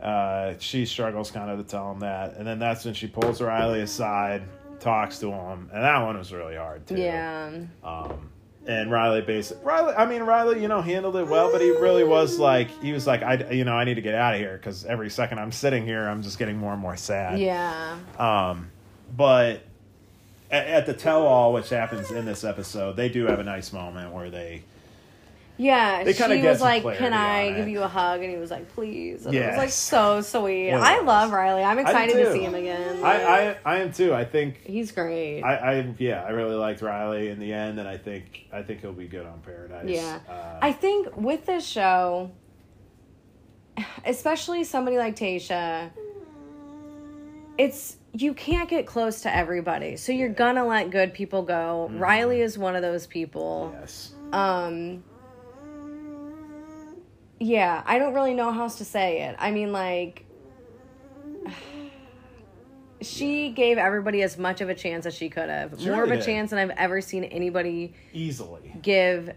Uh, she struggles kind of to tell him that. And then that's when she pulls Riley aside, talks to him, and that one was really hard too. Yeah. Um, and Riley basically, Riley, I mean Riley, you know, handled it well, but he really was like, he was like, I, you know, I need to get out of here because every second I'm sitting here, I'm just getting more and more sad. Yeah. Um, but at, at the tell-all, which happens in this episode, they do have a nice moment where they, Yeah. They she kinda get was some like, clarity Can I on give it. you a hug? And he was like, Please. And it was like Yes. so sweet. Yeah. I love Riley. I'm excited to too. see him again. Like, I, I, I am too. I think he's great. I, I yeah, I really liked Riley in the end, and I think I think he'll be good on Paradise. Yeah. uh, I think with this show, especially somebody like Tasha, it's you can't get close to everybody. So you're gonna let good people go. Riley is one of those people. yes, Um Yeah, I don't really know how else to say it. I mean like she gave everybody as much of a chance as she could have. She More really of a did. chance than I've ever seen anybody easily. give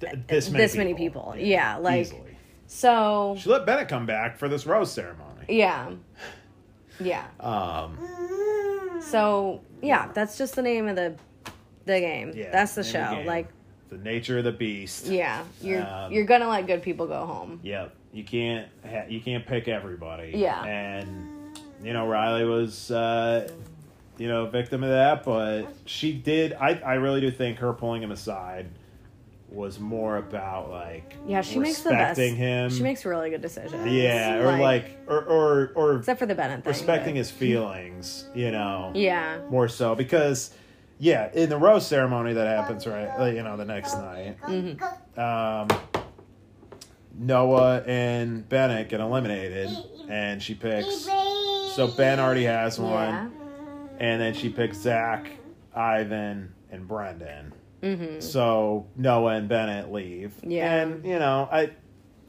Th- this many Uh, this people. many people. Yeah, like- easily. so She let Bennett come back for this rose ceremony. Yeah. Yeah. Um, So yeah, that's just the name of the the game. yeah, that's the name of show. game. Like the nature of the beast. yeah, you're Um, you're gonna let good people go home. Yep. You can't ha- you can't pick everybody. Yeah. And you know Riley was uh, you know a victim of that, but she did. I I really do think her pulling him aside was more about like Yeah, she makes the best. respecting him. She makes really good decisions. yeah, or like, or or or except for the Bennett thing. respecting but- his feelings. You know. Yeah. More so because. Yeah, in the rose ceremony that happens right, like, you know, the next night, Mm-hmm. um, Noah and Bennett get eliminated, and she picks. So Ben already has one, Yeah. and then she picks Zach, Ivan, and Brendan. Mm-hmm. So Noah and Bennett leave. Yeah. and you know, I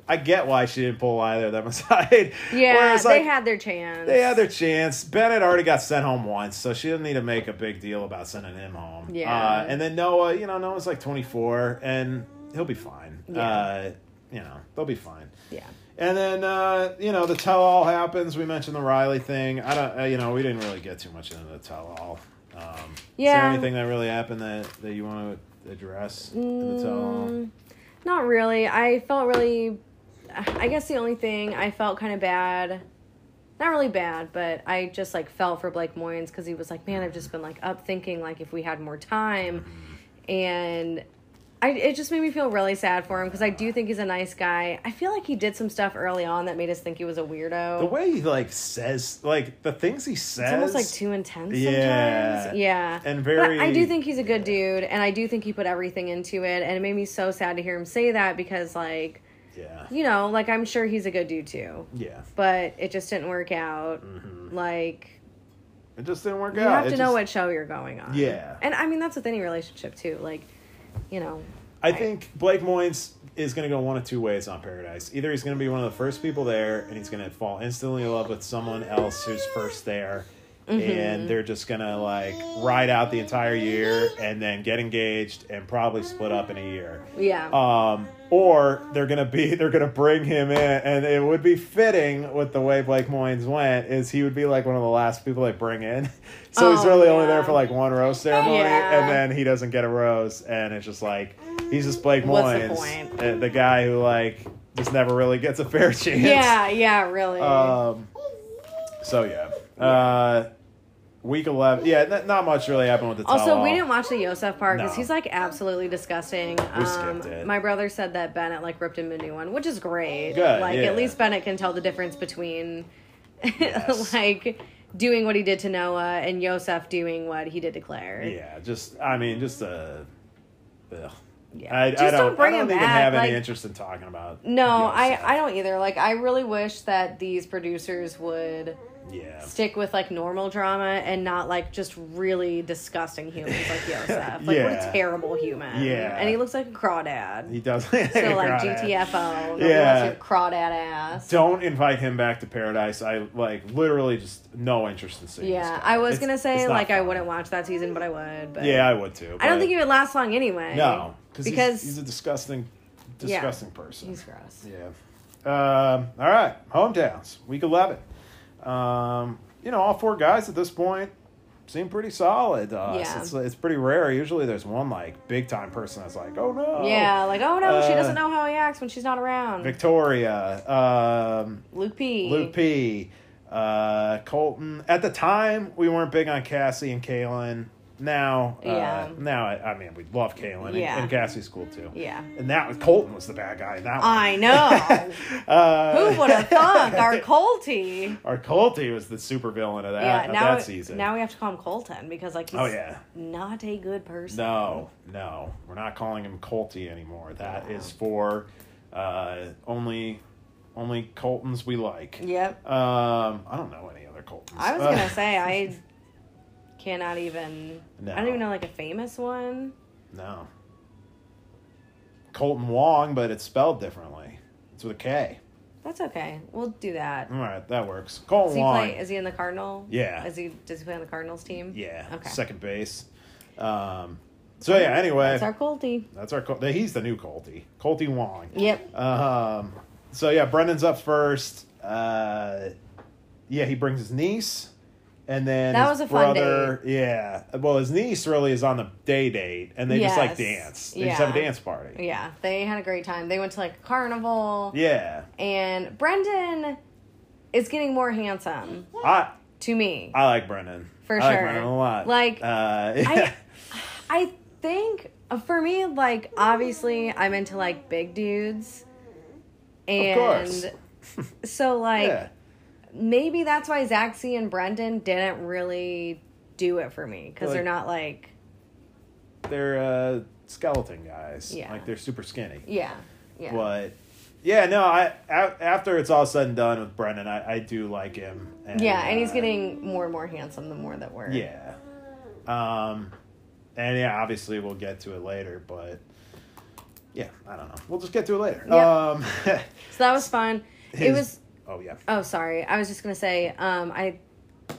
I get why she didn't pull either of them aside. Yeah, Whereas, they like, had their chance. they had their chance. Bennett already got sent home once, so she didn't need to make a big deal about sending him home. Yeah. Uh, and then Noah, you know, Noah's like 24, and he'll be fine. Yeah. Uh, you know, they'll be fine. Yeah. And then, uh, you know, the tell all happens. We mentioned the Riley thing. I don't, uh, you know, we didn't really get too much into the tell all. Um, Is there Yeah. anything that really happened that, that you want to address in the tell all? Mm, Not really. I felt really. I guess the only thing I felt kind of bad, not really bad, but I just like felt for Blake Moyens because he was like, man, I've just been like up thinking like if we had more time, and I it just made me feel really sad for him because I do think he's a nice guy. I feel like he did some stuff early on that made us think he was a weirdo. The way he, like, says, like, the things he says. it's almost like too intense Yeah. sometimes. Yeah. And But very- I do think he's a good dude and I do think he put everything into it and it made me so sad to hear him say that because like Yeah. you know, like I'm sure he's a good dude too, Yeah. but it just didn't work out. Like It just didn't work you out. have It to just, know what show you're going on. Yeah. and I mean that's with any relationship too. Like, you know, I think Blake Moynes is going to go one of two ways on Paradise. Either he's going to be one of the first people there, and he's going to fall instantly in love with someone else who's first there, and they're just going to like ride out the entire year and then get engaged and probably split up in a year. yeah, Um, or they're gonna be they're gonna bring him in, and it would be fitting with the way Blake Moynes went is he would be like one of the last people they bring in, so he's Oh, really only yeah. there for like one rose ceremony, Yeah. and then he doesn't get a rose, and it's just like he's just Blake What's the Moynes, point? uh, the guy who like just never really gets a fair chance. yeah, yeah, really. Um, so yeah, uh, week eleven. Yeah, not, not much really happened with the. also, we tell-all. didn't watch the Yosef part because oh, No. he's like absolutely disgusting. We um, skipped it. My brother said that Bennett like ripped him a new one, which is great. Good, like yeah. at least Bennett can tell the difference between Yes. like doing what he did to Noah and Yosef doing what he did to Claire. Yeah, just I mean, just uh, ugh. Yeah. I, Just I don't, don't bring I don't him even back, have any like- interest in talking about. No, Yosef. I, I don't either. Like, I really wish that these producers would Yeah, stick with like normal drama and not like just really disgusting humans like Yosef. Like, what Yeah. a terrible human. Yeah. And he looks like a crawdad. he does. so, like, GTFO. No Yeah. yeah. Your crawdad ass. Don't invite him back to paradise. I like literally just no interest in seeing. this yeah. guy. I was It's- going to it's say, not like, I fun. wouldn't watch that season, but I would. But Yeah, I would too. I don't but think he would last long anyway. No, because because he's, he's a disgusting, Yeah. disgusting person. he's gross. Yeah. Um, all right, hometowns, week eleven. Um, you know, all four guys at this point seemed pretty solid to us. Yeah. It's, it's pretty rare. Usually there's one like big time person that's like, oh no. yeah, like oh no, she Uh, doesn't know how he acts when she's not around. Victoria, um, Luke P. Luke P, uh, Colton. At the time, we weren't big on Cassie and Kalen. Now, uh, Yeah. now I, I mean, we love Kalen and, Yeah. and Cassie's cool too. Yeah. And that was Colton was the bad guy. in That one. I know. Uh, Who would have thunk our Colty? Our Colty was the super villain of that Yeah, of now Uh, that season. now we have to call him Colton because like he's Oh, yeah. not a good person. No, no, we're not calling him Colty anymore. That is for uh, only only Coltons we like. Yep. Um, I don't know any other Coltons. I was Uh, gonna say I cannot even. I No. don't even know like a famous one. no. Colton Wong, but it's spelled differently. It's with a K. That's okay. We'll do that. All right, that works. Does Colton he Wong. play? Is he in the Cardinal? Yeah. Is he? Does he play on the Cardinals team? yeah, Okay. second base. Um, so yeah. Anyway, That's our Colty. That's our Col- he's the new Colty. Colty Wong. Yep. Um so yeah, Brendan's up first. Uh yeah, he brings his niece and then That was his a fun brother. Yeah. Well, his niece really is on the day date and they just Yes. like dance. They just have a Yeah. dance party. Yeah, they had a great time. They went to like a carnival. Yeah. And Brendan is getting more handsome I to me. I like Brendan. For I like sure. Brendan a lot. Like, uh I, I think uh, for me, like obviously, I'm into like big dudes, and course. so like yeah. maybe that's why Zaxi and Brendan didn't really do it for me because Like- they're not like They're uh skeleton guys. Yeah. Like they're super skinny. yeah yeah But yeah, no, I a- after it's all said and done with Brendan, I, I do like him. And, yeah, and he's uh, getting more and more handsome the more that we're yeah, um, and yeah, obviously we'll get to it later, but yeah, I don't know, we'll just get to it later. Yeah. Um, So that was fun. it his- was oh yeah, Oh, sorry. I was just gonna say, um, I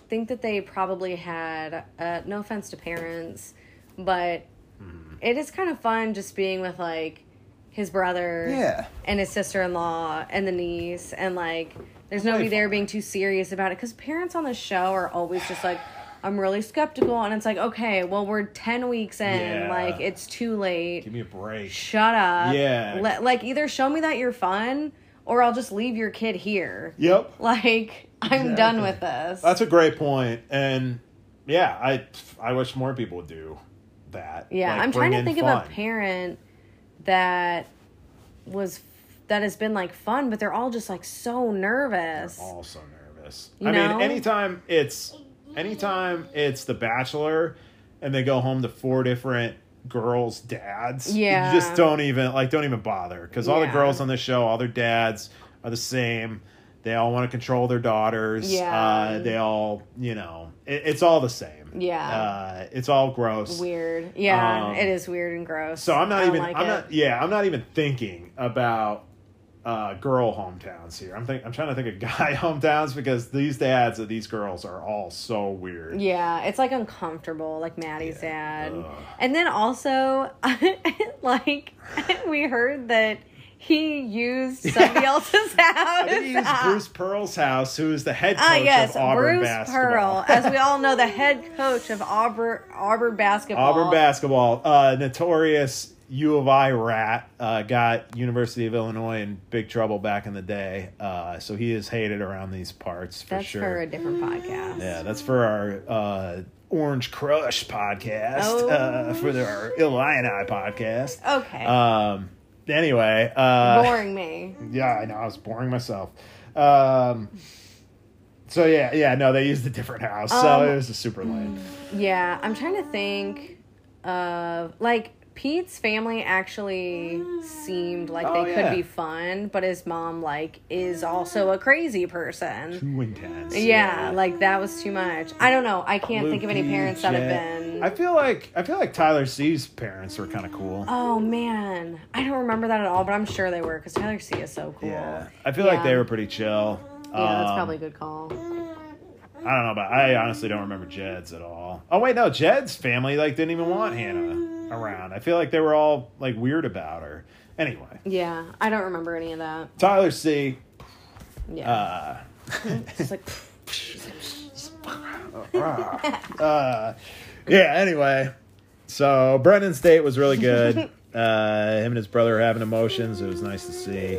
think that they probably had. Uh, no offense to parents, but Mm-hmm. it is kind of fun just being with like his brother, Yeah. and his sister in law and the niece, and like there's nobody there being too serious about it because parents on the show are always just like. I'm really skeptical, and it's like, okay, well, we're ten weeks in, Yeah. like it's too late give me a break. shut up. Yeah. Le- like either show me that you're fun or I'll just leave your kid here. Yep, Like I'm done with this. that's a great point, and yeah, I I wish more people would do that. yeah, Like, I'm bring trying to in think fun. of a parent that was that has been like fun, but they're all just like so nervous. all so nervous. You I know? mean, anytime it's anytime it's The Bachelor, and they go home to four different girls' dads. Yeah. you just don't even like don't even bother because all the Yeah. girls on this show, all their dads are the same. They all want to control their daughters. Yeah. uh, they all you know it, it's all the same. Yeah. uh, it's all gross. Weird. Yeah, Um, it is weird and gross. So I'm I not don't even. like I'm it. not. Yeah, I'm not even thinking about uh, girl hometowns here. I'm think. I'm trying to think of guy hometowns because these dads of these girls are all so weird. Yeah, it's like uncomfortable, like Maddie's Yeah. dad. Ugh. And then also, like, we heard that he used somebody else's house. I think he used Bruce Pearl's house, who is the head coach Ah, yes, of Auburn Bruce basketball. Pearl, as we all know, the head coach of Auburn Auburn basketball. Auburn basketball, uh, notorious U of I rat, uh, got University of Illinois in big trouble back in the day. Uh, so he is hated around these parts for That's sure. for a different podcast. Yeah, that's for our uh, Orange Crush podcast, Oh. uh, for the- our Illini podcast. Okay, Um, anyway, uh, boring me. yeah, I know I was boring myself. Um, so yeah, yeah, no, they used a different house, so Um, it was a super lame. Yeah, I'm trying to think of like Pete's family actually seemed like Oh, they yeah. could be fun, but his mom like is also a crazy person. Too intense. Yeah, like that was too much. I don't know. I can't think of any Loopy, parents that have Jet. been. I feel like I feel like Tyler C's parents were kind of cool. oh man, I don't remember that at all, but I'm sure they were because Tyler C is so cool. yeah, I feel like Yeah. they were pretty chill. Yeah, that's Um, probably a good call. I don't know about. I honestly don't remember Jed's at all. Oh wait, no, Jed's family like didn't even want Hannah around. I feel like they were all like weird about her. Anyway, Yeah, I don't remember any of that. Tyler C. Yeah, Uh, it's like uh, yeah. Anyway, so Brendan's date was really good. Uh, him and his brother are having emotions. It was nice to see.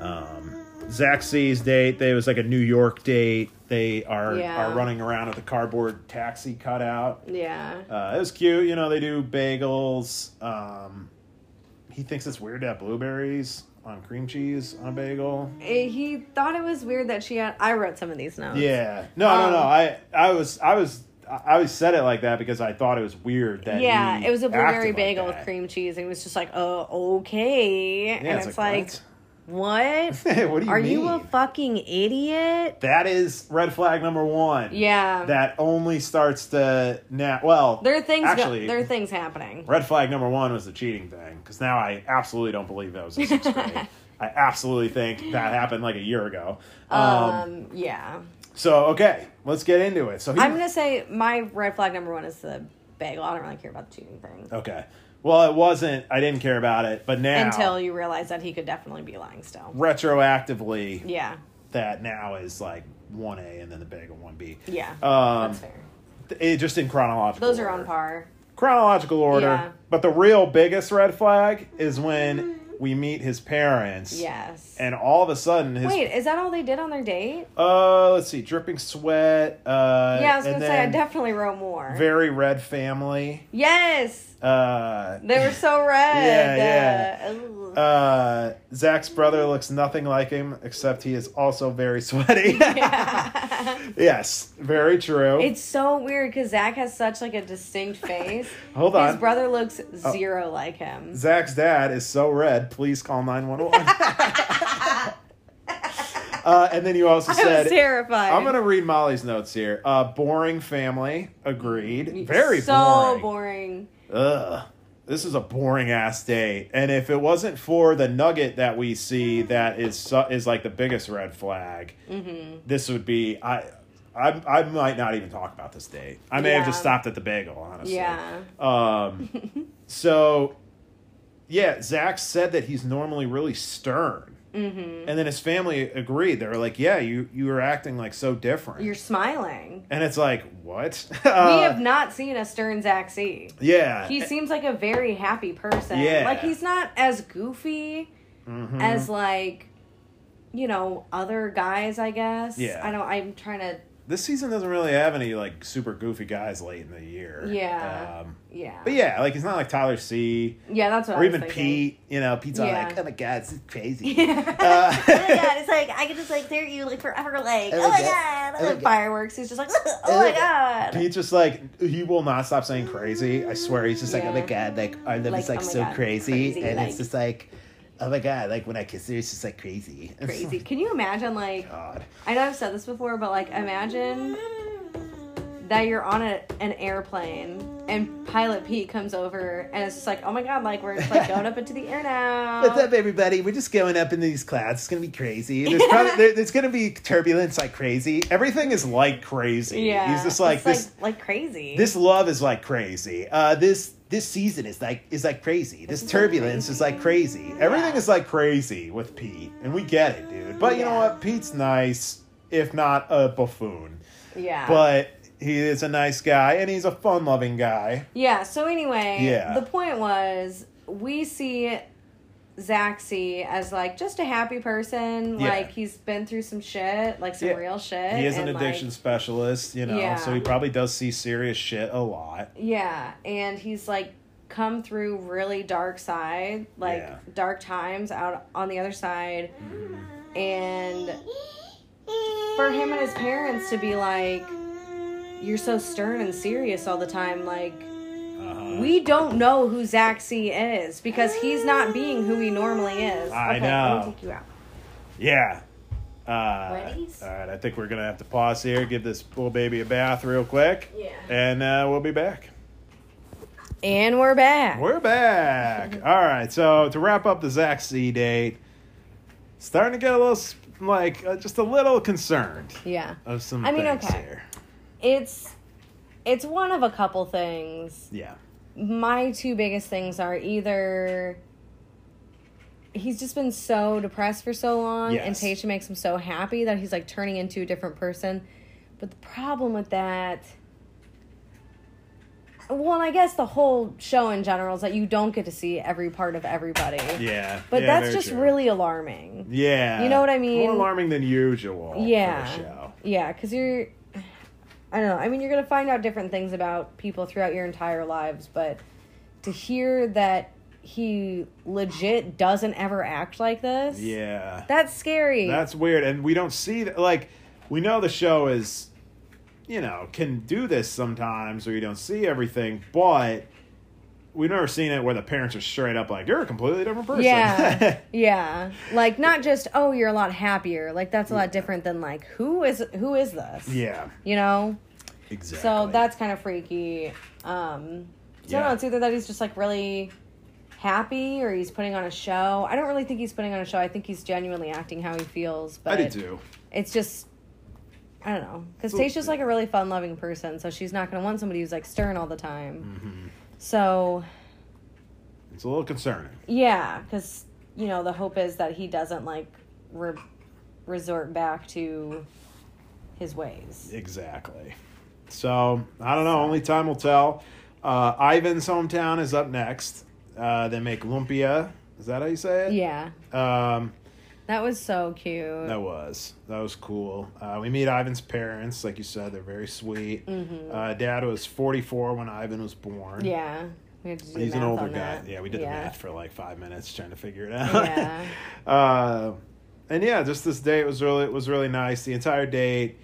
Um, Zaxby's date. They it was like a New York date. They are Yeah. are running around with a cardboard taxi cutout. yeah. Uh, it was cute. You know, they do bagels. Um, he thinks it's weird to have blueberries on cream cheese on a bagel. Eh, He thought it was weird that she had. I wrote some of these notes. Yeah. No, no, no. Um, I, I was, I was, I I always said it like that because I thought it was weird that. Yeah, he it was a blueberry acted like bagel with that. cream cheese, and it was just like, oh, okay. Yeah, and it's, like, what? what? what do you Are mean? you a fucking idiot? that is red flag number one. Yeah. That only starts to now. Well, there are things. go- Actually, there are things happening. red flag number one was the cheating thing because now I absolutely don't believe that was in sixth grade. I absolutely think that happened like a year ago. Um, Um, yeah. so okay, let's get into it. So he, I'm gonna say my red flag number one is the bagel. I don't really care about the cheating thing okay. Well, it wasn't. I didn't care about it, but now until you realize that he could definitely be lying still. retroactively, Yeah. that that now is like one A and then the bagel one B. Yeah. Um, that's fair. It just in chronological. Those are on order. par. Chronological order. Yeah. But the real biggest red flag is when we meet his parents. Mm-hmm. Yes. And all of a sudden, his Wait, is that all they did on their date? uh, let's see, dripping sweat. Uh, yeah, I was and gonna say I then definitely wrote more. very red family. yes, Uh, they were so red. Yeah, Uh, ooh. uh, Zach's brother looks nothing like him, except he is also very sweaty. yes, very true. It's so weird because Zach has such like a distinct face. Hold His on. Oh. brother looks zero like him. Zach's dad is so red. Please call 911. uh, and then you also I was said, terrified. I'm going to read Molly's notes here. Uh, boring family. Agreed. Very so boring. boring. Ugh. This is a boring ass day. And if it wasn't for the nugget that we see that is su- is like the biggest red flag, Mm-hmm. this would be I, I I might not even talk about this date. I may have Yeah. just stopped at the bagel, honestly. Yeah. Um, so, yeah, Zach said that he's normally really stern, mm-hmm. and then his family agreed. They were like, "Yeah, you you were acting like so different," You're smiling. and it's like, "What?" we Uh, have not seen a stern Zach C. yeah, He seems like a very happy person. Yeah. Mm-hmm. Like he's not as goofy as like you know other guys. I guess. Yeah. I don't. I'm trying to. this season doesn't really have any like super goofy guys late in the year. Yeah. um, Yeah. but yeah, like it's not like Tyler C. Yeah, that's what Or I was even thinking. Pete, you know, Pete's all Yeah. like, oh my god, this is crazy. Uh, oh my god, it's like I could just like stare at you like forever, like oh, my god, and then fireworks. He's just like oh, my god, Pete's just like he will not stop saying crazy. I swear, he's just like, Yeah. oh my god, like our love Like, is like oh my so God, crazy, crazy, and like- it's just like, oh my god, like when I kiss her, it's just like crazy. It's crazy. like, Can you imagine like God. I know I've said this before, but like imagine that you're on a, an airplane and Pilot Pete comes over and it's just like oh my god, like we're just like going up into the air now. What's up, everybody? We're just going up in these clouds. It's gonna be crazy. There's probably there, there's gonna be turbulence like crazy. Everything is like crazy. yeah, he's just like it's this. like, like crazy. This love is like crazy. Uh, this this season is like is like crazy. This turbulence is like crazy. Everything Yeah. is like crazy with Pete, and we get it, dude. But you know Yeah. what? Pete's nice, if not a buffoon, yeah, but he is a nice guy and he's a fun-loving guy. Yeah, so anyway, Yeah. the point was we see Zaxi as like just a happy person. Yeah. Like he's been through some shit, like some Yeah. real shit. He is an and, addiction Like, specialist, you know, Yeah. so he probably does see serious shit a lot. yeah, and he's like come through really dark side, like Yeah. dark times out on the other side. And for him and his parents to be like, you're so stern and serious all the time, like, Uh-huh. We don't know who Zaxi is because he's not being who he normally is. I okay, Let know. me take you out. Yeah. Uh, Ready? All right, I think we're going to have to pause here, give this little baby a bath real quick. Yeah. And uh, we'll be back. And we're back. We're back. all right, so to wrap up the Zach C date, starting to get a little, s- like, uh, just a little concerned yeah. of some I mean, things okay. here. It's it's one of a couple things. Yeah. My two biggest things are either he's just been so depressed for so long and Yes. Tasha makes him so happy that he's like turning into a different person. But the problem with that well, and I guess the whole show in general is that you don't get to see every part of everybody. Yeah. But Yeah, that's very just true. really alarming. Yeah. You know what I mean? More alarming than usual. for the Yeah. show. Yeah, because you're. I don't know. I mean, you're going to find out different things about people throughout your entire lives, but to hear that he legit doesn't ever act like this. Yeah. That's scary. That's weird, and we don't see that. Like, we know the show is, you know, can do this sometimes, where you don't see everything, but we've never seen it where the parents are straight up like, "You're a completely different person." Yeah. yeah. Like not just oh you're a lot happier. Like that's a lot different than like who is who is this? yeah, You know? exactly. So that's kind of freaky. Um so I don't Yeah. know, it's either that he's just like really happy or he's putting on a show. I don't really think he's putting on a show. I think he's genuinely acting how he feels, I but do too. it's just I don't know. Because So- Tasha's like a really fun loving person, so she's not gonna want somebody who's like stern all the time. Mm-hmm. So It's a little concerning. yeah, because you know the hope is that he doesn't like re- resort back to his ways. Exactly. So I don't know. Only time will tell. Uh, Ivan's hometown is up next. Uh, they make lumpia. Is that how you say it? Yeah, Um, that was so cute. That was that was cool. Uh, we meet Ivan's parents, like you said, they're very sweet. Uh, Dad was forty four when Ivan was born. Mm-hmm. yeah, we had to do he's an math older on guy. that. Yeah, we did yeah. the math for like five minutes trying to figure it out. Yeah. uh, and yeah, just this date was really was really nice. The entire date,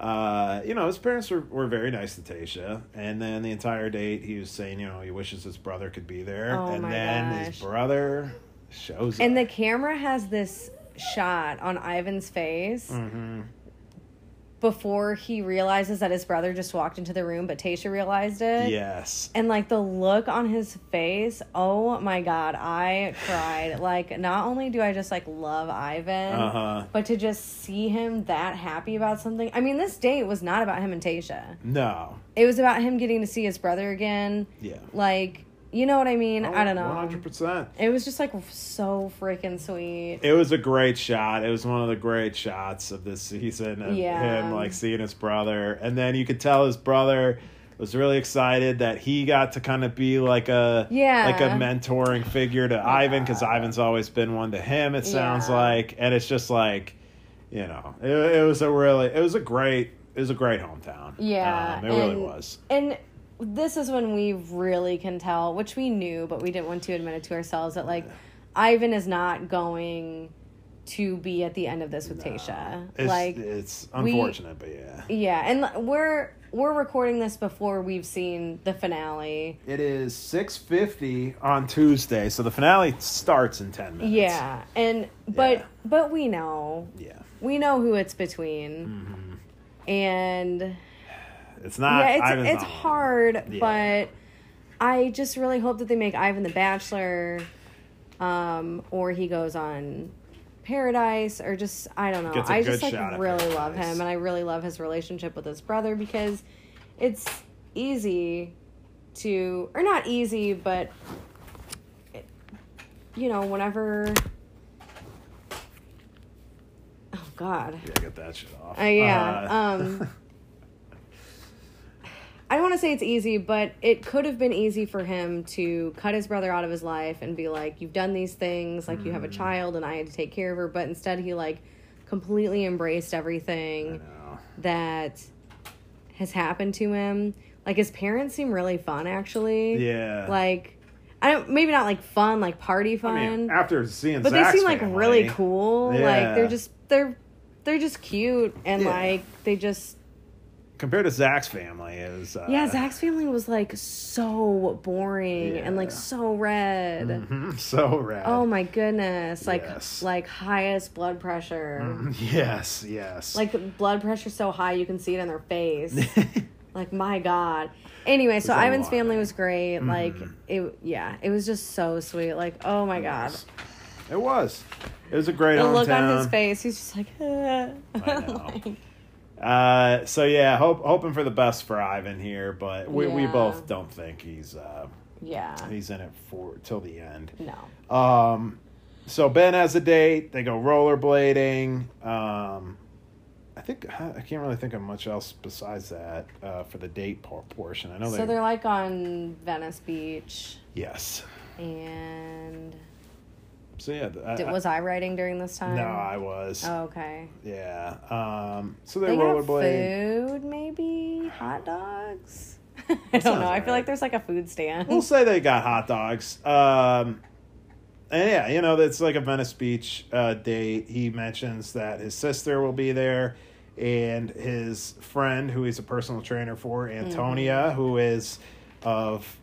uh, you know, his parents were, were very nice to Tasha, and then the entire date he was saying, you know, he wishes his brother could be there, Oh and my then gosh. his brother shows And the up. camera has this shot on Ivan's face Mhm. before he realizes that his brother just walked into the room, but Tasha realized it. yes. And like the look on his face, oh my god, I cried. Like not only do I just like love Ivan, Uh-huh. but to just see him that happy about something. I mean, this date was not about him and Tasha. No. It was about him getting to see his brother again. Yeah. Like, you know what I mean? I don't know. One hundred percent. It was just like so freaking sweet. Uh, It was a great shot. It was one of the great shots of this season of Yeah. him like seeing his brother, and then you could tell his brother was really excited that he got to kind of be like a Yeah. like a mentoring figure to Ivan because Ivan's always been one to him. It sounds Yeah. like, and it's just like you know, it, it was a really it was a great it was a great hometown. Yeah, um, it really and- was. And this is when we really can tell, which we knew, but we didn't want to admit it to ourselves that like Ivan is not going to be at the end of this with Tasha. It's, like it's unfortunate, but yeah, yeah, and l- we're we're recording this before we've seen the finale. It is six fifty on Tuesday, so the finale starts in ten minutes. Yeah. And but Yeah. but we know. yeah. We know who it's between. And It's not. yeah, it's Mm-hmm. Ivan's it's not one. hard, Yeah. but I just really hope that they make Ivan the Bachelor, um, or he goes on Paradise, or just I don't know. Gets a I good just like shot at really love Paradise. him, and I really love his relationship with his brother because it's easy to, or not easy, but it- you know, whenever. Oh God. Yeah, get that shit off. Uh, yeah. Uh, um, I don't want to say it's easy, but it could have been easy for him to cut his brother out of his life and be like, "You've done these things, like you Mm. have a child, and I had to take care of her." But instead, he like completely embraced I everything know. that has happened to him. Like his parents seem really fun, actually. Yeah. Like, I don't maybe not like fun, like party fun I mean, after seeing, um, but Zach's they seem like family, really cool. Like Yeah. they're just they're they're just cute and Yeah. like they just compared to Zach's family. Is uh, yeah. Zach's family was like so boring and like Yeah. so red. mhm, so rad. Oh my goodness! Like Yes. Mm-hmm. like highest blood pressure. Yes. Yes. Like blood pressure so high you can see it in their face. like my god. Anyway, so was a Ivan's lot. Mm-hmm. family was great. Like it, yeah, it was just so sweet. Like oh my god, It was. It was a great the hometown. look on his face. He's just like, I know. Uh, so yeah, hope, hoping for the best for Ivan here, but we, we Yeah. both don't think he's uh, yeah. he's in it for till the end. No. Um, so Ben has a date. They go rollerblading. Um, I think I can't really think of much else besides that uh, for the date por- portion. I know so they. they're like on Venice Beach, yes. and So yeah, th- I, did, was I writing during this I, time? Uh, no, I was. Oh, okay. Yeah. Um. So they, They got rollerblade. food, maybe hot dogs. I don't sounds know. I feel alright. like there's like a food stand. We'll say they got hot dogs. Um. And yeah, you know that's like a Venice Beach uh, date. He mentions that his sister will be there, and his friend, who he's a personal trainer for, Antonia, Mm-hmm. who is of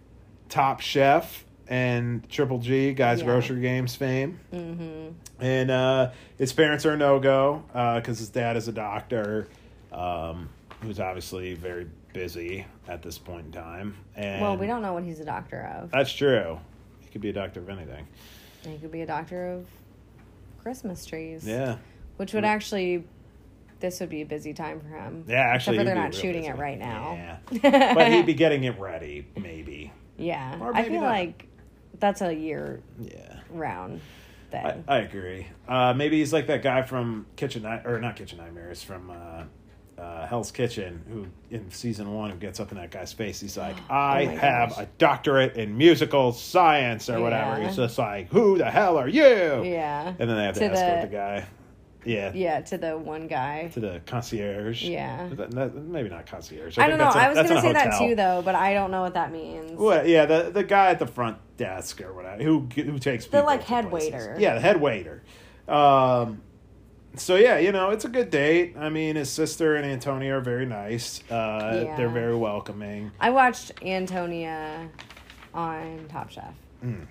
Top Chef and Triple G, Guys Yeah. Mm-hmm. Grocery Games fame. and uh, his parents are no go because his dad is a doctor um, who's obviously very busy at this point in time. And well, we don't know what he's a doctor of. That's true. He could be a doctor of anything. he could be a doctor of Christmas trees. Yeah, Which would actually, this would be a busy time for him. yeah. Actually, Except for he'd they're be not real shooting busy. it right now. Yeah, but he'd be getting it ready, maybe. yeah. Or I maybe feel not. like that's a year Yeah. round thing. I, I agree. Uh, maybe he's like that guy from Kitchen Night or not Kitchen Nightmares from uh, uh, Hell's Kitchen who in season one who gets up in that guy's face. He's like, I Oh my have gosh. a doctorate in musical science or whatever. Yeah. He's just like, who the hell are you? yeah. And then they have to, To escort the- the guy. Yeah. yeah, to the one guy. To the concierge. Yeah. Is that- that- maybe not concierge. I don't think know. that's in- I was that's gonna say in a that hotel. too, though, but I don't know what that means. Well, yeah, the the guy at the front desk or whatever who who takes people like, to head places. waiter. Yeah, the head waiter. Um, so yeah, you know it's a good date. I mean, his sister and Antonia are very nice. Uh, Yeah. They're very welcoming. I watched Antonia on Top Chef when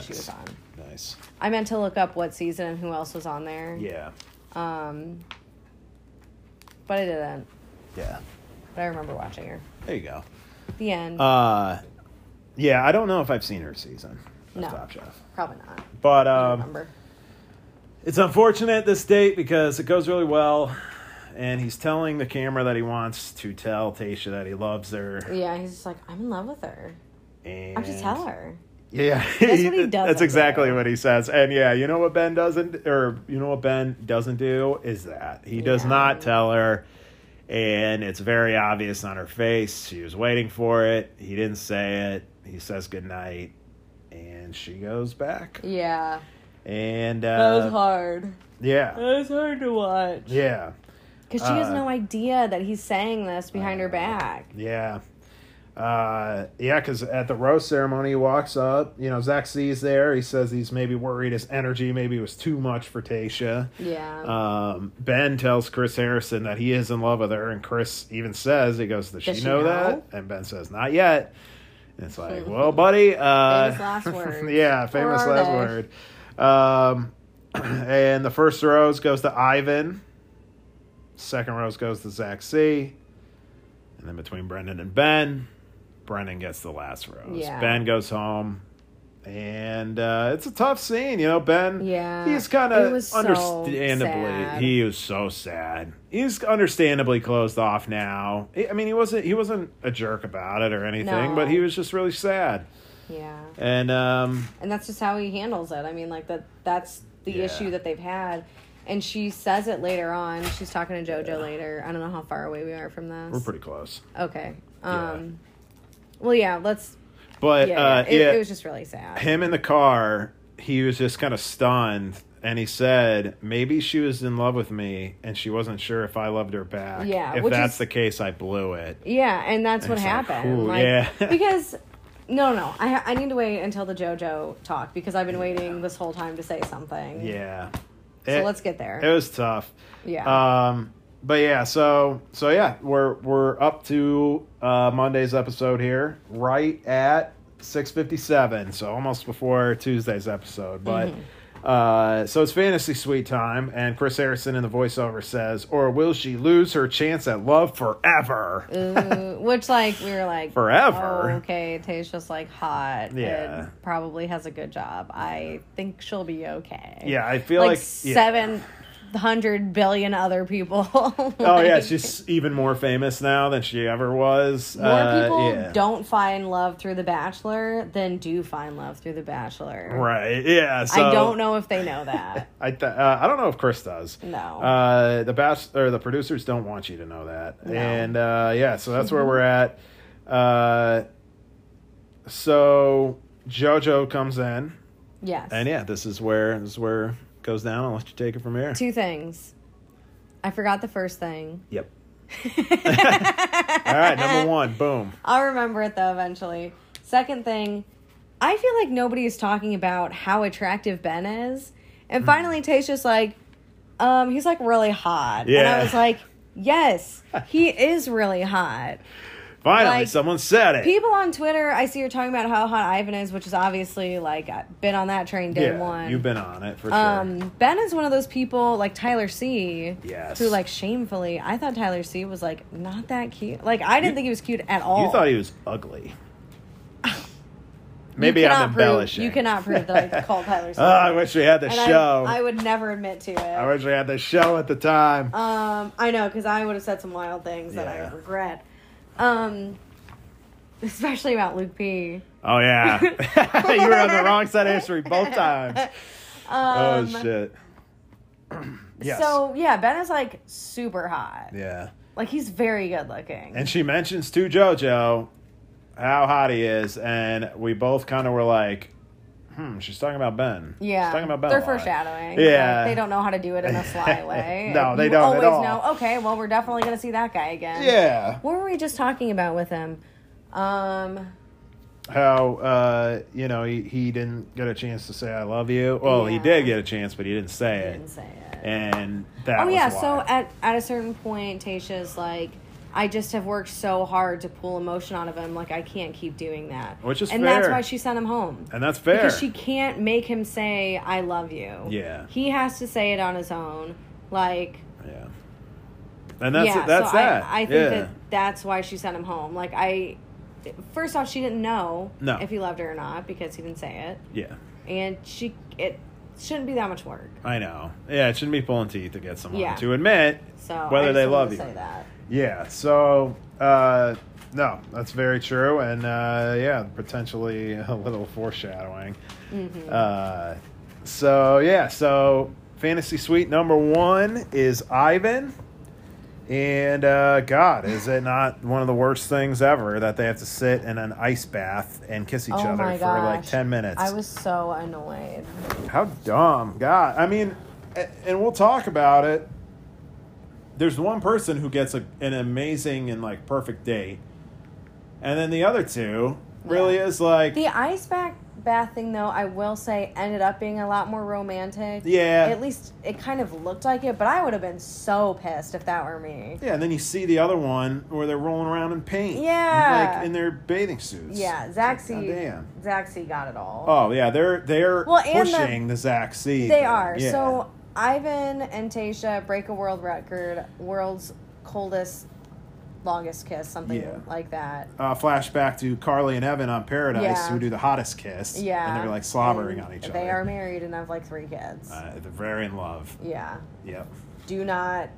she was on. Mm. Nice. I meant to look up what season and who else was on there. Yeah. Um, but I didn't. Yeah. But I remember watching her. There you go. The end. Uh, yeah, I don't know if I've seen her season of No. Top Chef, Probably not. but I don't um, remember. It's unfortunate this date because it goes really well, and he's telling the camera that he wants to tell Tasha that he loves her. Yeah, he's just like, I'm in love with her. And I have to tell her. Yeah, That's what he doesn't That's exactly do. what he says. And yeah, you know what Ben doesn't, or you know what Ben doesn't do is that he does Yeah. not tell her, and it's very obvious on her face. She was waiting for it. He didn't say it. He says goodnight, and she goes back. Yeah. And That was uh, hard. yeah, That was hard to watch. yeah. Because she has Uh, no idea that he's saying this behind her back. Yeah. Uh, yeah, because at the rose ceremony, he walks up. You know, Zach sees there. He says he's maybe worried his energy maybe was too much for Tasha. Yeah. Um, ben tells Chris Harrison that he is in love with her, and Chris even says, he goes, Does, she, know, that? And Ben says, Not yet. And it's like, Well, buddy. Uh, Famous last words. yeah, Or famous are last they? word. Um, and the first rose goes to Ivan, second rose goes to Zach C. And then between Brendan and Ben, Brendan gets the last rose. Yeah. Ben goes home. And uh, it's a tough scene, you know. Ben, Yeah. he's kind It of was so understandably sad. he was so sad. He's understandably closed off now. I I mean, he wasn't he wasn't a jerk about it or anything, No. but he was just really sad. yeah. And um, and that's just how he handles it. I mean, like that that's the Yeah. issue that they've had. And she says it later on. She's talking to JoJo later. I don't know how far away we are from this. we're pretty close, okay. Yeah. Um Well, yeah, let's but yeah, uh, yeah. It, yeah, it was just really sad. him in the car, he was just kind of stunned, and he said, "Maybe she was in love with me, and she wasn't sure if I loved her back. Yeah, if which that's is- the case, I blew it." Yeah, and that's what It's like, happened. ooh, Like, yeah. because no, no, I ha- I need to wait until the JoJo talk because I've been waiting this whole time to say something. Yeah. So let's get there. It was tough. Yeah. Um, but yeah, so so yeah, we're we're up to uh, Monday's episode here, right at six fifty seven, so almost before Tuesday's episode. But Mm-hmm. uh, so it's fantasy suite time, and Chris Harrison in the voiceover says, "Or will she lose her chance at love forever?" Ooh, which like we were like Forever. "Oh, okay, Tasha's like hot. Yeah. and probably has a good job. I think she'll be okay. Yeah, I feel like- yeah. seven hundred billion other people. Oh yeah, Like, she's even more famous now than she ever was. more Uh, people yeah. don't find love through The Bachelor than do find love through The Bachelor. Right? Yeah. So, I don't know if they know that. I th- uh, I don't know if Chris does. No. Uh, the bas- or the producers don't want you to know that. No. And uh, yeah, so that's where we're at. Uh, so JoJo comes in, yes. and yeah, this is where this is where it goes down. I'll let you take it from here. Two things. I forgot the first thing. Yep. All right, number one, boom. I'll remember it though eventually. Second thing, I feel like nobody is talking about how attractive Ben is. Hmm. And finally, Tayshia's like, um, he's like really hot. And I Yeah. was like, yes, he is really hot. Finally, Like, someone said it. People on Twitter, I see you're talking about how hot Ivan is, which is obviously like I've been on that train day yeah, one. you've been on it for sure. Um, Ben is one of those people like Tyler C. Yes. Who like shamefully, I thought Tyler C. was like not that cute. Like I didn't You- think he was cute at all. You thought he was ugly. Maybe cannot I'm prove- embellishing. you cannot prove that I called Tyler C. Oh, I wish we had the and show. I, I would never admit to it. I wish we had the show at the time. um, I know because I would have said some wild things that Yeah. I regret. Um, especially about Luke P. oh yeah, you were on the wrong side of history both times. Um, oh shit. yes. So yeah, Ben is like super hot. yeah, Like he's very good looking. and she mentions to JoJo how hot he is, and we both kind of were like, "Hmm, she's talking about Ben." Yeah, she's talking about Ben. they're a lot. foreshadowing. Yeah. Like, they don't know how to do it in a sly way. No, they You don't Always at all. know. Okay, well, we're definitely gonna see that guy again. Yeah, What were we just talking about with him? Um, how uh, you know he, he didn't get a chance to say "I love you." Well, he Yeah. did get a chance, but he didn't say it, didn't say it. and that. Oh was yeah. why. So at at a certain point, Tasha's like. I just have worked so hard to pull emotion out of him. Like I can't keep doing that, Which is and that's fair. why she sent him home. and that's fair. Because she can't make him say "I love you." Yeah. he has to say it on his own. Like Yeah. And that's yeah, that's so that. I, I think yeah. that that's why she sent him home. Like I, first off, she didn't know No. if he loved her or not because he didn't say yeah. it, and she it shouldn't be that much work. I know. Yeah, it shouldn't be pulling teeth to get someone Yeah. to admit So I whether just they wanted love to you. say that. Yeah. So uh no, that's very true and uh yeah, potentially a little foreshadowing. Mm-hmm. Uh so yeah, so fantasy suite number 1 is Ivan. And uh, God, is it not one of the worst things ever that they have to sit in an ice bath and kiss each oh other my for gosh! like ten minutes? I was so annoyed. How dumb. God. I mean, a- and we'll talk about it. There's one person who gets a, an amazing and like perfect date. And then the other two really Yeah. is like, The ice back bath thing, though, I will say, ended up being a lot more romantic. Yeah. At least it kind of looked like it, but I would have been so pissed if that were me. yeah. And then you see the other one where they're rolling around in paint. Yeah. Like in their bathing suits. Yeah, Zaxi. Goddamn. Zaxi got it all. Oh, yeah. They're they're Well, and the- pushing the, Zach C. They thing. are. Yeah. So Ivan and Tasha break a world record, world's coldest, longest kiss, something Yeah. like that. Uh, flashback to Carly and Evan on Paradise, Yeah. who do the hottest kiss. Yeah. And they're like slobbering And on each they other. They are married and have like three kids. Uh, they're very in love. yeah. Yep. Do not.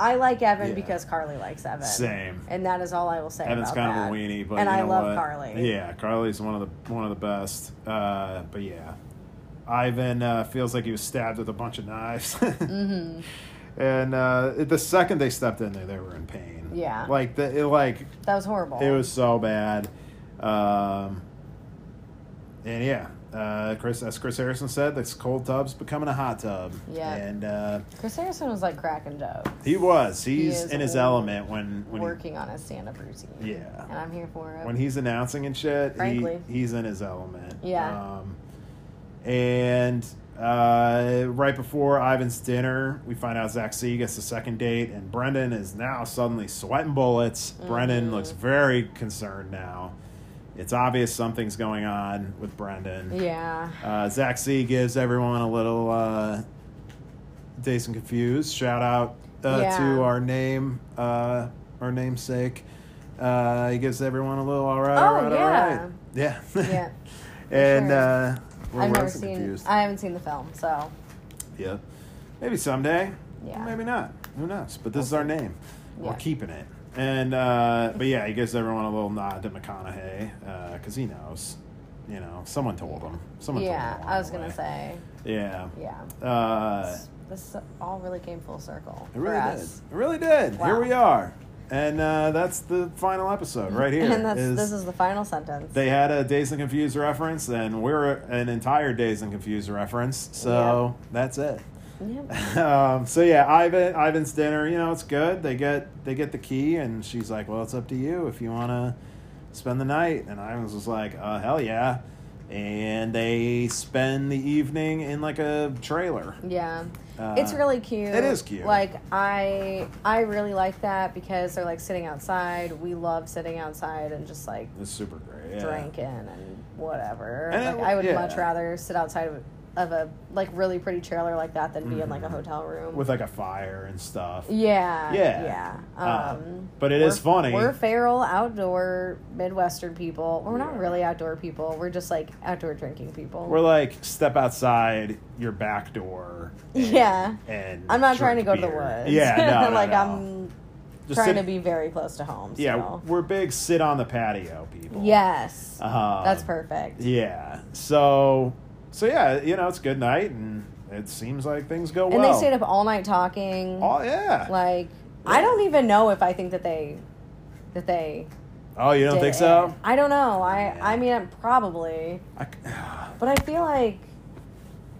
I like Evan Yeah. because Carly likes Evan. Same. And that is all I will say. Evan's about kind that. of a weenie, but and you I know love what? Carly. Yeah, Carly's one of the one of the best. Uh, but yeah, Ivan uh, feels like he was stabbed with a bunch of knives. mm-hmm. And uh, the second they stepped in there, they were in pain. Yeah. like the it, like That was horrible. it was so bad. Um, and yeah, uh, Chris, as Chris Harrison said, this cold tub's becoming a hot tub. Yeah. and uh, Chris Harrison was like cracking dope, he was. He's is in his wor- element when when he, working on his stand-up routine. Yeah. And I'm here for it. when he's announcing and shit, he, Frankly. he's in his element. Yeah. Um, and uh, right before Ivan's dinner, we find out Zach C gets the second date, and Brendan is now suddenly sweating bullets. Brendan Mm-hmm. looks very concerned now. It's obvious something's going on with Brendan. yeah. Uh, Zach C gives everyone a little uh, Days and Confused shout out uh, Yeah. to our name, uh, our namesake. Uh, he gives everyone a little all right, all Oh, right, yeah. all right. Yeah. Yeah. and sure. uh, we're I've never Days and seen. confused. I haven't seen the film, so yeah. Maybe someday. Yeah. Maybe not. Who knows? But this is our name. We're Yeah. keeping it. And uh, but yeah, he gives everyone a little nod to McConaughey because he knows. You know, someone told him. Someone. told Yeah, him along I was the gonna way. say. Yeah. Yeah. Uh, This- This all really came full circle. it really for did. us. It really did. Here Wow. we are, and uh, that's the final episode right here. And that's, is- this is the final sentence. they had a Days and Confused reference, and we're an entire Days and Confused reference. So that's it. yeah. um, so yeah, Ivan Ivan's dinner, you know, it's good. They get they get the key, and she's like, "Well, it's up to you if you want to spend the night." And Ivan's was like, uh, "Hell yeah!" And they spend the evening in like a trailer. Yeah. Uh, it's really cute. it is cute. Like I I really like that because they're like sitting outside. We love sitting outside and just like It's super great. Yeah. drinking and whatever. And like it- I would yeah. much rather sit outside of, of a like really pretty trailer like that than be in like a hotel room. Mm-hmm. with like a fire and stuff. yeah. Yeah. Yeah. Uh, Um but it we're- is funny. We're feral outdoor Midwestern people. We're not really outdoor people. We're just like outdoor drinking people. We're like step outside your back door. and- Yeah. and I'm not trying to go drink to the beer. woods. Yeah, no, no, like no. I'm Just trying sit- to be very close to home. So. Yeah, we're big sit on the patio people. Yes. Uh, That's perfect. Yeah. So, so yeah, you know, it's good night, and it seems like things go and well. they stayed up all night talking. Oh yeah. like I don't even know if I think that they that they oh, you don't did think it. so? I don't know. I Yeah. I mean probably, I c- but I feel like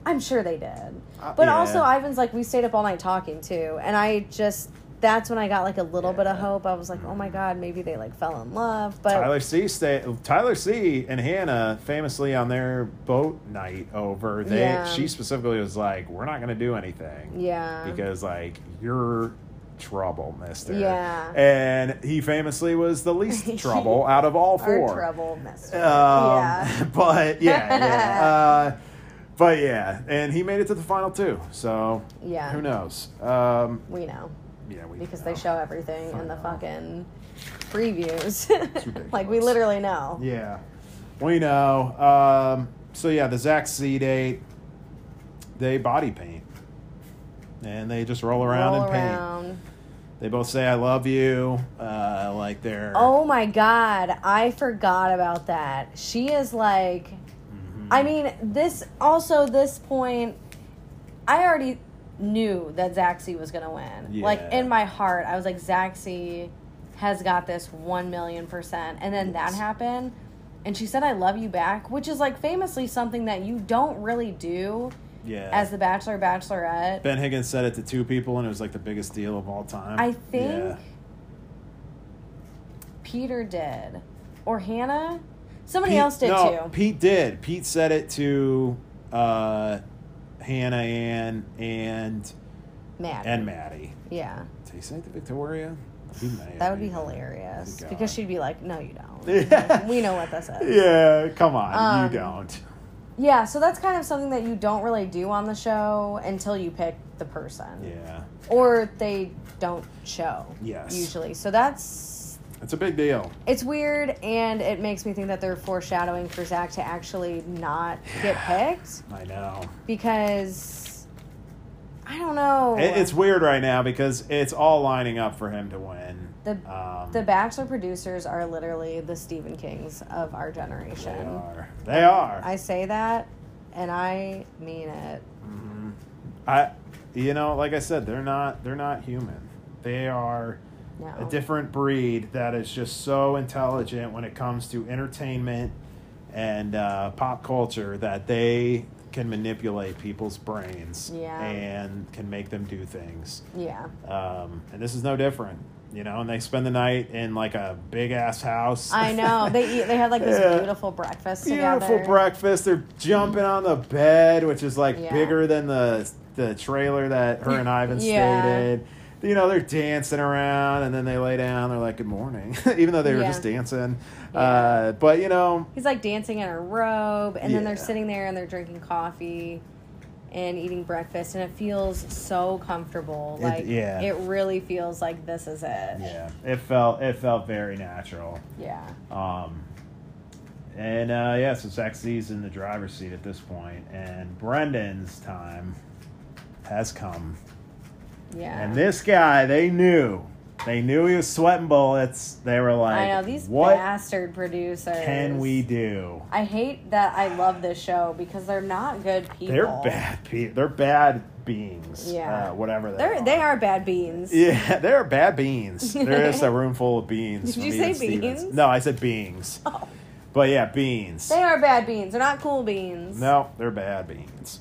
I'm sure they did. Uh, But yeah. also Ivan's like we stayed up all night talking too, and I just that's when I got like a little bit of Yeah. hope. I was like, oh my god, maybe they like fell in love. But Tyler C. Stay, Tyler C. and Hannah famously on their boat night over. They Yeah. she specifically was like, "We're not going to do anything yeah, because like you're trouble, Mister." Yeah. And he famously was the least trouble out of all our four. trouble messed. Um, with- yeah. But yeah, yeah. uh, but yeah, and he made it to the final two. So Yeah. who knows? Um, We know yeah, we because know. they show everything in the fucking previews. like we ridiculous. literally know. Yeah, we know. Um, so yeah, the Zach C date, they body paint, and they just roll around Roll and paint. around. They both say "I love you," uh, like they're Oh my god, I forgot about that. She is like Mm-hmm. I mean, this also this point I already knew that Zaxi was gonna win. Like Yeah. in my heart, I was like, Zaxi has got this one million percent. And then that Yes. happened and she said I love you back, which is like famously something that you don't really do yeah. as the Bachelor Bachelorette. ben Higgins said it to two people, and it was like the biggest deal of all time. I think Yeah. Peter did, or Hannah. Somebody Pete- else did no, too. Pete did. Pete said it to uh, Hannah Ann and Matt. and Maddie. yeah, Did he say it to Victoria? He may have that would be even. hilarious God. because she'd be like, "No, you don't. Yeah. we know what this is." Yeah, come on, Um, you don't. Yeah, So that's kind of something that you don't really do on the show until you pick the person, Yeah, or they don't show. Yes. usually. So that's it's a big deal. it's weird, and it makes me think that they're foreshadowing for Zach to actually not get picked I know. because. I don't know. It, it's weird right now because it's all lining up for him to win. The Um, the Bachelor producers are literally the Stephen Kings of our They generation. are. They are. I say that, and I mean it. I, you know, like I said, they're not. They're not human. They are. No. a different breed that is just so intelligent when it comes to entertainment and uh, pop culture that they can manipulate people's brains Yeah. and can make them do things. yeah. Um, and this is no different, you know. And they spend the night in like a big ass house. I know they eat. They had like this Yeah. beautiful breakfast together. Beautiful breakfast. They're jumping on the bed, which is like Yeah. bigger than the the trailer that her and Ivan Yeah. stated. You know, they're dancing around, and then they lay down. They're like, "Good morning," even though they were Yeah. just dancing. Yeah. Uh, but you know, He's like dancing in a robe, and then they're Yeah. sitting there and they're drinking coffee and eating breakfast, and it feels so comfortable. It- Like yeah. it really feels like this is it. Yeah. yeah, it felt it felt very natural. Yeah. Um, and uh, yeah, so Sexy's in the driver's seat at this point, and Brendan's time has come. Yeah. And this guy, they knew. They knew he was sweating bullets. They were like, I know these what bastard producers. can we do? I hate that I love this show because they're not good people. They're bad people. They're bad beings. Yeah. Uh, whatever they They're are. they are bad beans. Yeah, they're bad beans. There is a room full of beans. Did for you me say and Stevens. beans? No, I said beings. Oh. But yeah, beans. They are bad beans. They're not cool beans. No, they're bad beans.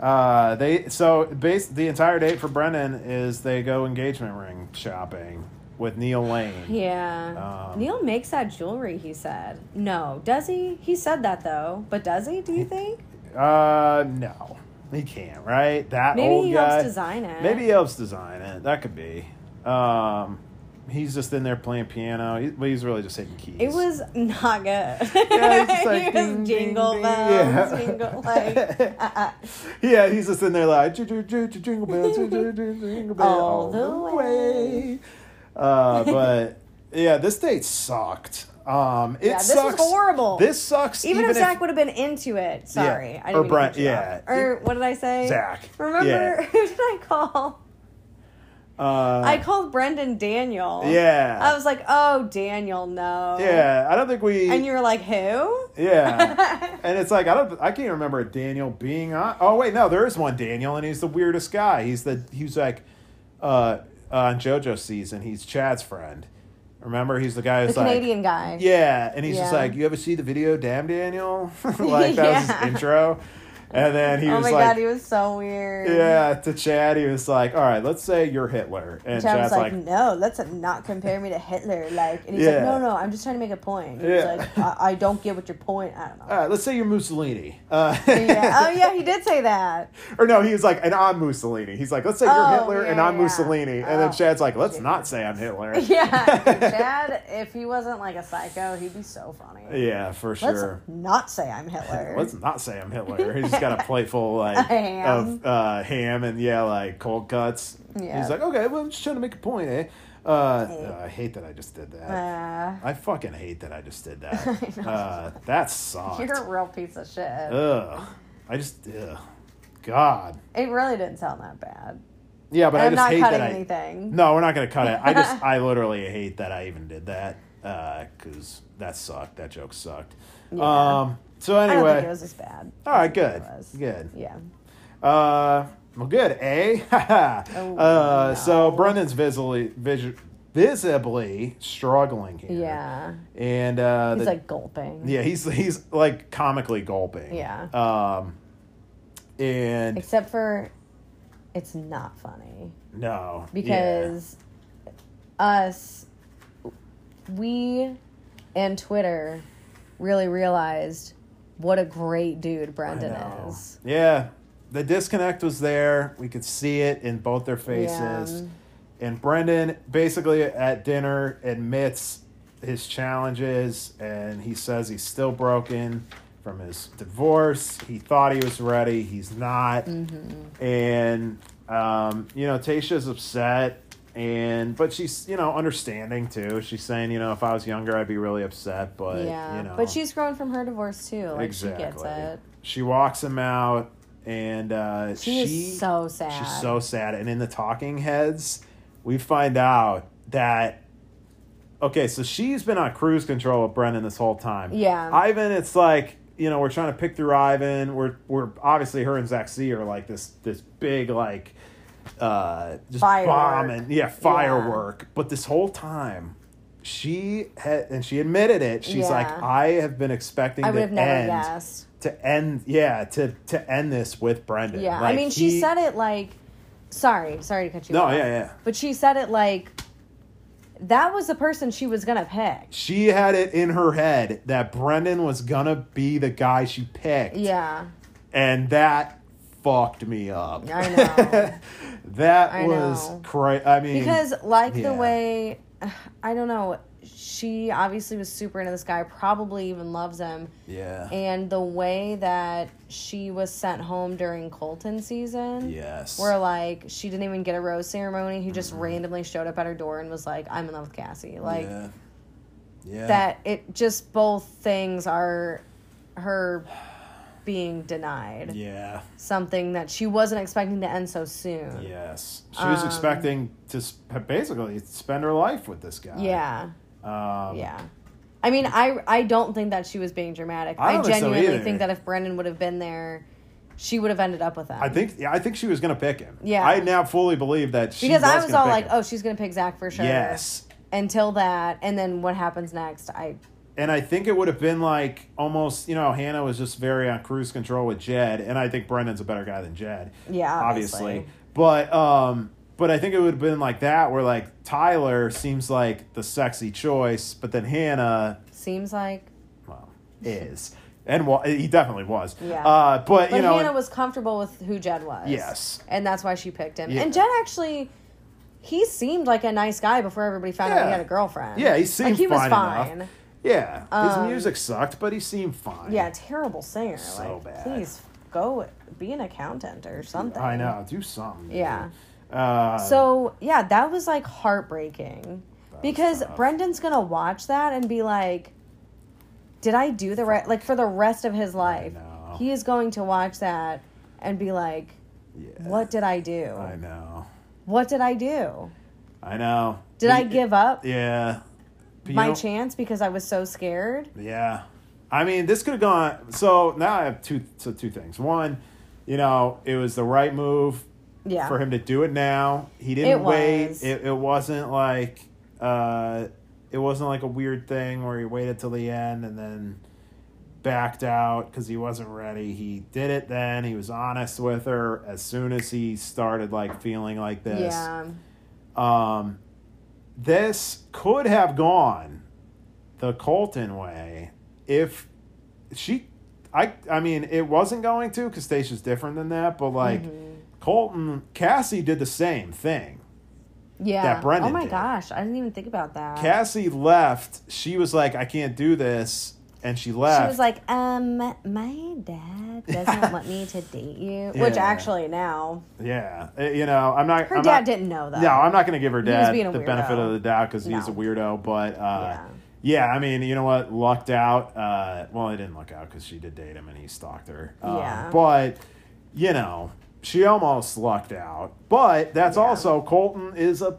Uh, they so base the entire date for Brennan is they go engagement ring shopping with Neil Lane. Yeah. Um, Neil makes that jewelry, he said. No, does he? He said that though. But does he, do you think? Uh, no, he can't. Right, that Maybe old he guy. helps design it. Maybe he helps design it. That could be. Um, he's just in there playing piano, he, but he's really just hitting keys. It was not good. Yeah, it's just like, he ding, ding, was jingle ding. bells, Yeah. jingle like. uh-uh. Yeah, he's just in there like "Ju- ju- ju- ju- jingle bells, ju- ju- ju- jingle bells all, the way. Uh, but yeah, this date sucked. Um, it Yeah, this was sucks. horrible. This sucks. Even, Even, if Zach would have been into it, sorry, I didn't Or mean to Brent- cut you yeah. off. Or what did I say? Zach. Remember Yeah. who did I call? uh, I called Brendan Daniel. Yeah. I was like, oh, Daniel, no. yeah, I don't think we. And you were like, who? yeah, and it's like I don't. I can't remember Daniel being on. Oh wait, no, there is one Daniel, and he's the weirdest guy. He's the he was like uh, on JoJo season. He's Chad's friend. Remember, he's the guy The who's like Canadian guy. Yeah, and he's just Yeah. like, "You ever see the video, Damn Daniel?" like that was his Yeah. intro, and then he oh was my like, god, he was so weird. "Yeah." To Chad, he was like, "All right, let's say you're Hitler," and Chad Chad's was like, like, "No, let's not compare me to Hitler." Like, and he's Yeah. like, "No, no, I'm just trying to make a point." He's Yeah. like, I, "I don't get what your point." I don't know. "All right, let's say you're Mussolini." Uh, yeah. Oh yeah, he did say that. or no, he was like, "And I'm Mussolini." He's like, "Let's say you're Oh, Hitler, and yeah, I'm yeah. Mussolini," and then Oh. Chad's like, "Let's not say I'm Hitler." Yeah, Chad. If he wasn't like a psycho, he'd be so funny. Yeah, for Let's sure. not say I'm Hitler. Let's not say I'm Hitler. He's just got a plate full like Ham. of uh, ham and yeah, like cold cuts. Yeah. He's like, okay, well, I'm just trying to make a point, eh? Uh, uh, I hate that I just did that. Uh, I fucking hate that I just did I that. know. uh, that sucked. you're a real piece of shit. Ugh. I just, ugh. God. it really didn't sound that bad. Yeah, but i I'm just not hate cutting that I. anything. No, we're not gonna cut it. I just, I literally hate that I even did that because that sucked. That joke sucked. Yeah. Um. So I anyway, don't think it was as bad. all as right, I good, think it was. good. Yeah. Uh, well, good, eh? uh, Oh, So no. Brendan's visibly, visu- visibly struggling here. Yeah. And uh, He's the- like gulping. yeah, he's he's like comically gulping. Yeah. Um, and Except for it's not funny no, yeah. because us, we and Twitter really realized what a great dude I Brendan know. is. yeah, the disconnect was there. We could see it in both their faces. Yeah. And Brendan basically at dinner admits his challenges and he says he's still broken from his divorce. He thought he was ready, he's not. Mm-hmm. And um, you know, Tasha's upset and but she's, you know, understanding too. She's saying, you know, if I was younger I'd be really upset, but yeah, you know but she's grown from her divorce too. Like she gets it. She walks him out and uh She is so sad. She's so sad. And in the talking heads, we find out that okay, so she's been on cruise control with Brendan this whole time. Yeah. Ivan, it's like you know we're trying to pick through Ivan. We're we're obviously her and Zach C are like this this big like uh just Firework. bomb and yeah firework. But this whole time. She had, and she admitted it. She's Yeah. like, I have been expecting I to would have never end guessed. to end, yeah, to to end this with Brendan. Yeah, I Like, mean, she he- said it like, sorry, sorry to cut you No, off. yeah, yeah. But she said it like, that was the person she was gonna pick. she had it in her head that Brendan was gonna be the guy she picked. Yeah, And that fucked me up. I know. that I was know. crazy. I mean, because like yeah. the way, I don't know, she obviously was super into this guy, probably even loves him, yeah, and the way that she was sent home during Colton season. yes, Mm-hmm. Where like she didn't even get a rose ceremony, he just randomly showed up at her door and was like, "I'm in love with Cassie." Like, yeah, yeah. that it just both things are her being denied. Yeah. Something that she wasn't expecting to end so soon. Yes. She was Um, expecting to sp- basically spend her life with this guy. Yeah. Um, Yeah. I mean, I I don't think that she was being dramatic. I I, don't think so genuinely either. think that if Brandon would have been there, she would have ended up with him. I think yeah, I think she was gonna pick him. Yeah. I now fully believe that she because was I was gonna all pick like, him. "Oh, she's gonna pick Zach for sure." yes. Until that, and then what happens next? I And I think it would have been like almost, you know, Hannah was just very on cruise control with Jed, and I think Brendan's a better guy than Jed. Yeah, obviously. obviously. But um but I think it would have been like that where like Tyler seems like the sexy choice, but then Hannah seems like, well, is. And well, he definitely was. Yeah. Uh, but, but you know, Hannah was comfortable with who Jed was. Yes. and that's why she picked him. Yeah. And Jed actually, he seemed like a nice guy before everybody found out Yeah. he had a girlfriend. yeah, he seemed like he fine, was fine. Um, enough. Yeah, his music sucked, but he seemed fine. Yeah, terrible singer. So like, bad. please go be an accountant or something. I know. Do something. dude. Yeah. Uh, So yeah, that was like heartbreaking because tough. Brendan's gonna watch that and be like, "Did I do the right?" Like for the rest of his life, know. he is going to watch that and be like, yeah, "What did I do? I know. What did I do? I know. Did But I you- give up Yeah. But you my know- chance because I was so scared?" Yeah. I mean, this could have gone. So now I have two. So two things. One, you know, it was the right move Yeah. for him to do it now. He didn't It wait. was. It, it wasn't like uh, it wasn't like a weird thing where he waited till the end and then backed out because he wasn't ready. He did it then. He was honest with her as soon as he started like feeling like this. Yeah. Um, this could have gone the Colton way if she. I I mean, it wasn't going to because Stacia's different than that, but like Mm-hmm. Colton, Cassie did the same thing. Yeah. That Brendan oh my did. gosh, I didn't even think about that. Cassie left. She was like, I can't do this. And she left. She was like, um, my dad doesn't want me to date you. Which Yeah. actually now yeah. Uh, You know, I'm not. her I'm dad not, didn't know though. No, I'm not going to give her was dad being a the benefit weirdo. of the doubt because he's a No. weirdo. But uh, Yeah. yeah. I mean, you know what? Lucked out. Uh, well, he didn't luck out because she did date him and he stalked her. Um, Yeah. But you know, she almost lucked out. But that's Yeah. also Colton is a.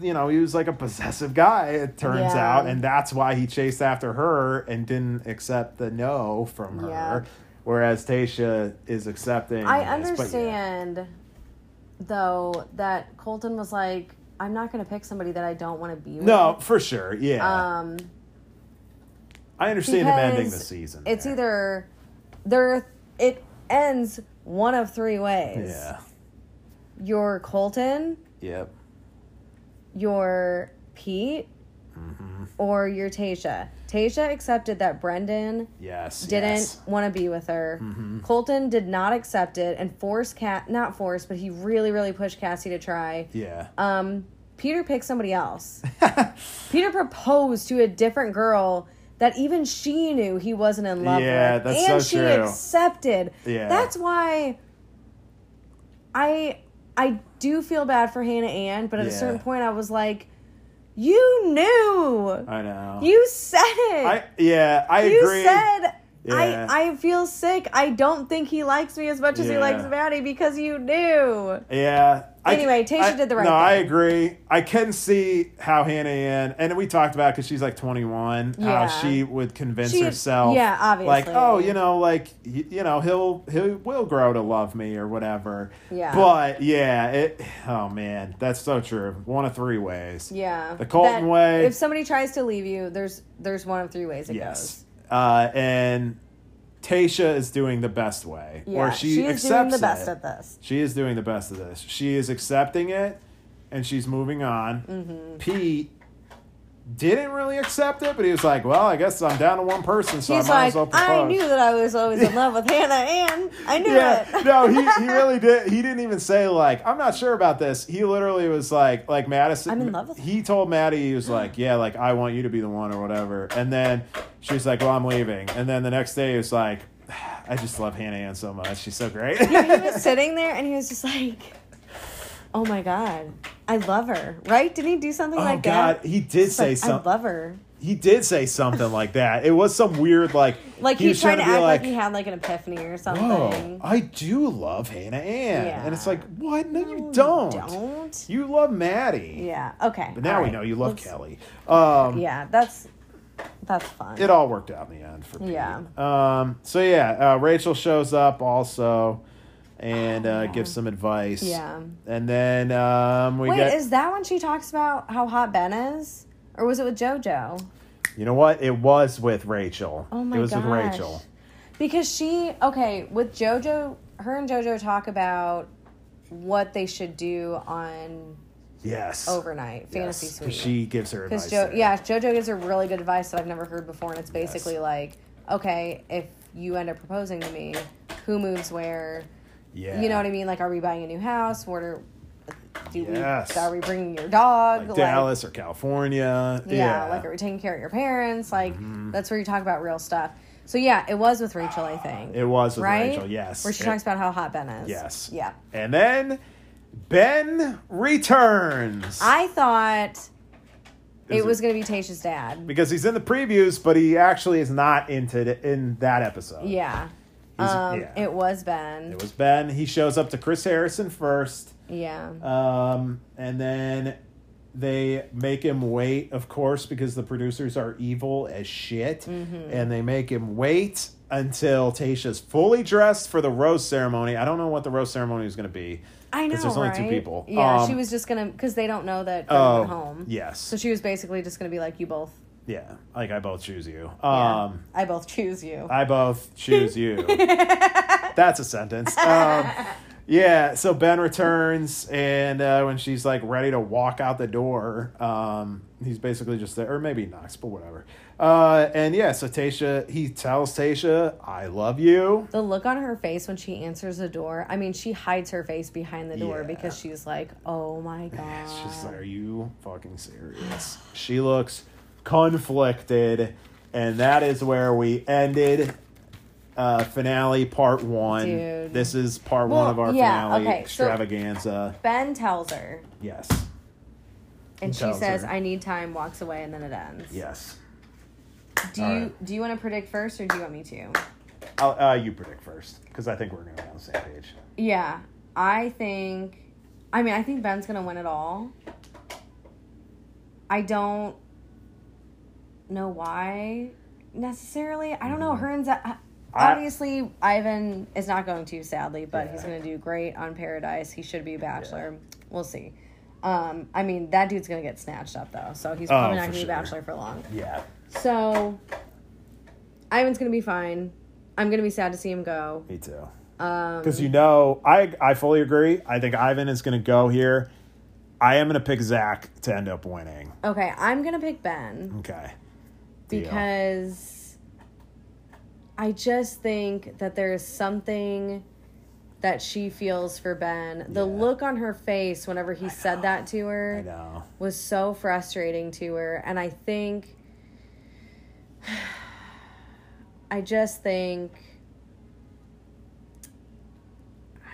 You know, he was like a possessive guy. It turns Yeah. out, and that's why he chased after her and didn't accept the no from her. Yeah. Whereas Tasha is accepting. I this, but yeah. understand though that Colton was like, I'm not gonna pick somebody that I don't want to be with. No, for sure. Yeah. Um I understand him ending the because season. It's there. either there it ends one of three ways. yeah, You're Colton, yep, you're Pete, Mm-hmm. or you're Tasha. Tasha accepted that Brendan yes, didn't yes. Mm-hmm. want to be with her. Colton did not accept it and forced Cat not forced, but he really really pushed Cassie to try. yeah, Um, Peter picked somebody else. Peter proposed to a different girl that even she knew he wasn't in love Yeah, with, that's and so she true. accepted. Yeah. that's why I I do feel bad for Hannah Ann, but at a Yeah. certain point I was like, you knew, I know. you said it. I yeah, I You agree. said Yeah. I I feel sick. I don't think he likes me as much as he Yeah. likes Maddie because you knew. yeah. I- Anyway, Tayshia I- did the right No, I thing. agree. I can see how Hannah Ann, and we talked about because she's like 21, Yeah. how she would convince She- herself, yeah, like obviously. oh, you know, like y- you know, he'll he will grow to love me or whatever. Yeah. But yeah, it. Oh man, that's so true. One of three ways. Yeah. The Colton That way. If somebody tries to leave you, there's there's one of three ways it Yes. Uh, and Tasha is doing the best way. goes. or she, she is accepts doing the best it. at this. She is doing the best of this. She is accepting it and she's moving on. Mm-hmm. Pete didn't really accept it, but he was like, Well, I guess I'm down to one person, so He's I might like, as well propose. I knew that I was always in love with Hannah Ann. I knew yeah, it. no, he, he really did. He didn't even say like I'm not sure about this. He literally was like like Madison. I'm in love with He told Maddie he was like yeah, like I want you to be the one or whatever. And then she was like, well, I'm leaving. And then the next day he was like, I just love Hannah Ann so much. She's so great. he was sitting there and he was just like, "Oh my god, I love her." Right? Didn't he do something oh like God, that? he did say Like, I something. love her. He did say something like that. It was some weird like Like he, was tried to be act like, he had like an epiphany or something. Whoa, I do love Hannah Ann. And it's Yeah. like, what? No, you you don't. don't. You love Maddie. yeah. Okay. But now all we right. know you love Let's- Kelly. Um, Yeah, that's that's fun. It all worked out in the end for Pete. Yeah. Um, so, yeah, uh, Rachel shows up also and uh, gives some advice. Oh. Yeah. And then um, we Wait, get. is that when she talks about how hot Ben is? Or was it with JoJo? you know what? It was with Rachel. Oh my It was with gosh. Rachel. Because she okay, with JoJo her and JoJo talk about what they should do on Yes. Oh, overnight fantasy Yes, 'cause suite. She gives her advice. Because Jo- there. yeah, JoJo gives her really good advice that I've never heard before, and it's basically like, okay, if you end up proposing to me, who moves where? Yeah. You know what I mean? Like, are we buying a new house? What are do Yes. we? Are we bringing your dog? Like Dallas or California. Yeah, like are we taking care of your parents? Like Mm-hmm. that's where you talk about real stuff. So yeah, it was with Rachel, I think. It was with right? Rachel, yes. Where she It- talks about how hot Ben is. Yes. Yeah. And then Ben returns. I thought Is it was it- gonna be Tasha's dad. because he's in the previews, but he actually is not into the, in that episode. Yeah. He's- Um, yeah. it was Ben. It was Ben. He shows up to Chris Harrison first, yeah. um, and then they make him wait, of course, because the producers are evil as shit, Mm-hmm. and they make him wait until Tasha's fully dressed for the rose ceremony. I don't know what the rose ceremony is going to be. I know. because there's only two right? people. Yeah, Um, she was just gonna because they don't know that Ben Oh, went home. yes. So she was basically just gonna be like, "You both, yeah, like I both choose you. yeah, Um, I both choose you." I both choose you. That's a sentence. Um, yeah, so Ben returns, and uh, when she's like ready to walk out the door, um, he's basically just there, or maybe Knox, but whatever. Uh, and yeah, so Tasha, he tells Tasha, I love you. the look on her face when she answers the door. I mean, she hides her face behind the door Yeah. because she's like, "Oh my god." It's just like, are you fucking serious? She looks conflicted, and that is where we ended. Uh, finale part one. Dude. This is part Well, one of our yeah, finale okay, so- extravaganza. ben tells her, Yes. and she Tells says, her. "I need time." Walks away, and then it ends. Yes. Do All you right. do you want to predict first, or do you want me to? I'll, uh, you predict first, because I think we're going to be on the same page. Yeah, I think. I mean, I think Ben's gonna win it all. I don't know why necessarily. I don't know. Her and Z- Mm-hmm. I- obviously Ivan is not going to, sadly, but he's Yeah. gonna do great on Paradise. He should be a bachelor. We'll see. Um, I mean, that dudede's gonna get snatched up though, so he's probably not Oh, for gonna be sure. a bachelor for long. Yeah. So Ivan's gonna be fine. I'm gonna be sad to see him go. Me too. Um, Because you know, I, I fully agree. I think Ivan is going to go here. I am going to pick Zach to end up winning. Okay, I'm gonna pick Ben. Okay. Deal. because I just think that there is something that she feels for Ben. The Yeah. look on her face whenever he said that to I her know. was so frustrating to her. And I think, I just think,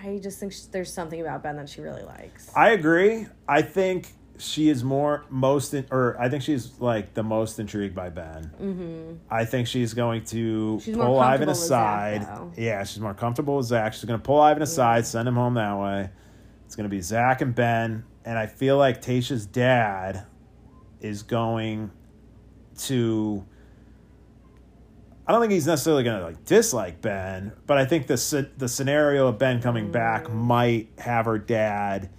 I just think sh- there's something about Ben that she really likes. I agree. I think she is more most in, or I think she's like the most intrigued by Ben. Mm-hmm. I think she's going to She's more pull Ivan comfortable with Zach, aside. though. yeah, she's more comfortable with Zach. She's going to pull Ivan aside, send him home that way. It's going to be Zach and Ben, and I feel like Tasha's dad is going to. I don't think he's necessarily going to like dislike Ben, but I think the sce- the scenario of Ben coming back Mm. might have her dad.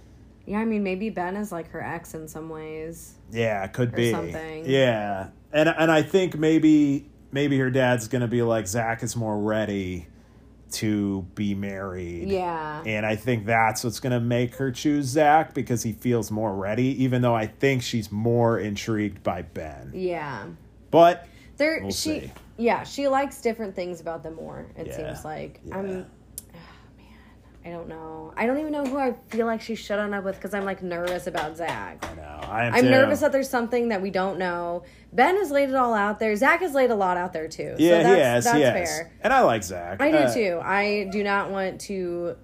yeah, I mean, maybe Ben is like her ex in some ways. Yeah, it could be. something. Yeah, and and I think maybe maybe her dad's gonna be like Zach is more ready to be married. Yeah. And I think that's what's gonna make her choose Zach because he feels more ready, even though I think she's more intrigued by Ben. Yeah. But There, We'll she, see. yeah, she likes different things about them more. It Yeah. seems like Yeah. I'm, oh, man, I don't know. I don't even know who I feel like she should end up with because I'm like nervous about Zach. no, I am I'm too. nervous that there's something that we don't know. Ben has laid it all out there. Zach has laid a lot out there too. so yeah, that's, he has, That's he has. fair. And I like Zach. I do Uh, too. I do not want to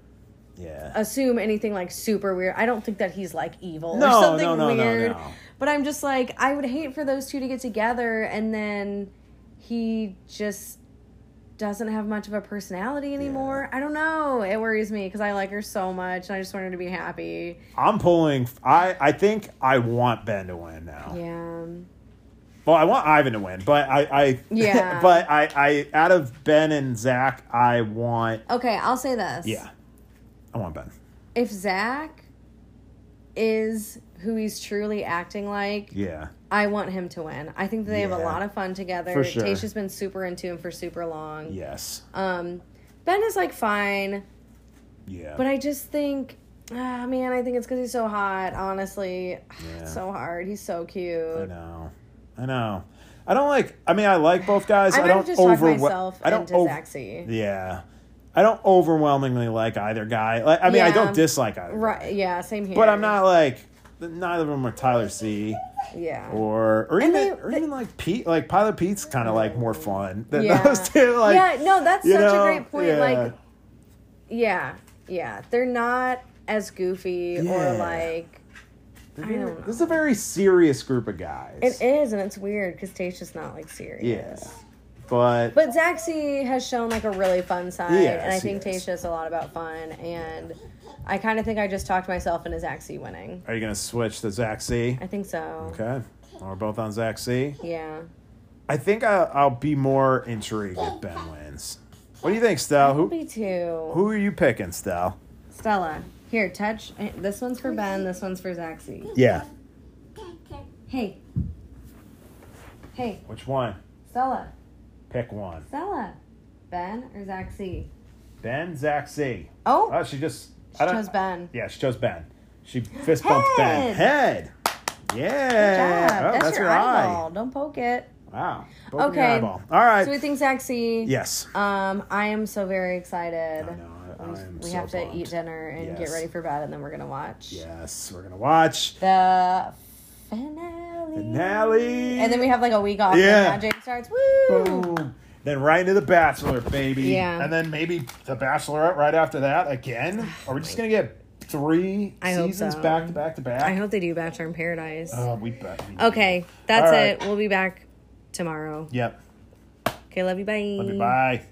Yeah. assume anything like super weird. I don't think that he's like evil No, or something no, no, no, weird. no. But I'm just like, I would hate for those two to get together and then he just doesn't have much of a personality anymore. I don't know. It worries me because I like her so much and I just want her to be happy. I'm pulling. I I think I want Ben to win now. Yeah. Well, I want Ivan to win, but I I Yeah. but I I out of Ben and Zach, I want Okay, I'll say this. yeah, I want Ben. If Zach is who he's truly acting like, Yeah. I want him to win. I think that they have a Yeah. lot of fun together. For sure. Tasha's been super into him for super long. Yes. Um, ben is like fine, yeah. but I just think, ah, man, I think it's because he's so hot. Honestly, Yeah. it's so hard. He's so cute. I know. I know. I don't like. I mean, I like both guys. I I, might don't have just talked overwhelm. myself I don't into ov- Zaxi. Yeah. I don't overwhelmingly like either guy. Like, I mean, I Yeah. don't dislike either. guy. Right? Yeah, same here. But I'm not like neither of them are Tyler C. Yeah. Or or even they- or even like Pete. Like Pilot Pete's kind of like more fun than yeah. those two. Like yeah. No, that's you such know, a great point. yeah. Like, yeah, yeah, they're not as goofy Yeah. or like. They're I very- don't know. this is a very serious group of guys. It is, Mm. and it's weird because Tasha's not like serious. Yeah. But, But Zaxi has shown like a really fun side, Yes, and I think yes. Tasha's a lot about fun. And I kind of think I just talked myself into Zaxi winning. are you gonna switch to Zach C? I think so. Okay. We're both on Zach C. Yeah. I think I, I'll be more intrigued if Ben wins. What do you think, Stell? Who Me too. who are you picking, Stell? Stella, here, touch. eh, This one's for Ben. This one's for Zaxi. Yeah. Hey. Hey, Which one? Stella. Pick one. Stella. Ben or Zaxi? Ben, Zach C. Oh, Oh, she just. she chose Ben. Yeah, she chose Ben. She fist bumped Ben. Head. Head. Yeah. Good job. Oh, that's, your, eye. eyeball. Don't poke it. Wow. Poking Okay. your eyeball. All right. So we think Zaxi. yes. Um, I am so very excited. I know. I, We, I am we so have to bummed. eat dinner and Yes. get ready for bed, and then we're gonna watch Yes, we're gonna watch the finale. finale. And then we have like a week off. Yeah. And magic starts. Woo! Boom. Then right into The Bachelor, baby. Yeah. And then maybe The Bachelorette right after that again. Are we just going to get three I hope seasons so. back to back to back? I hope they do Bachelor in Paradise. Oh, we bet. we do. okay, that's All right. it. We'll be back tomorrow. Yep. Okay, love you. Love you. Bye.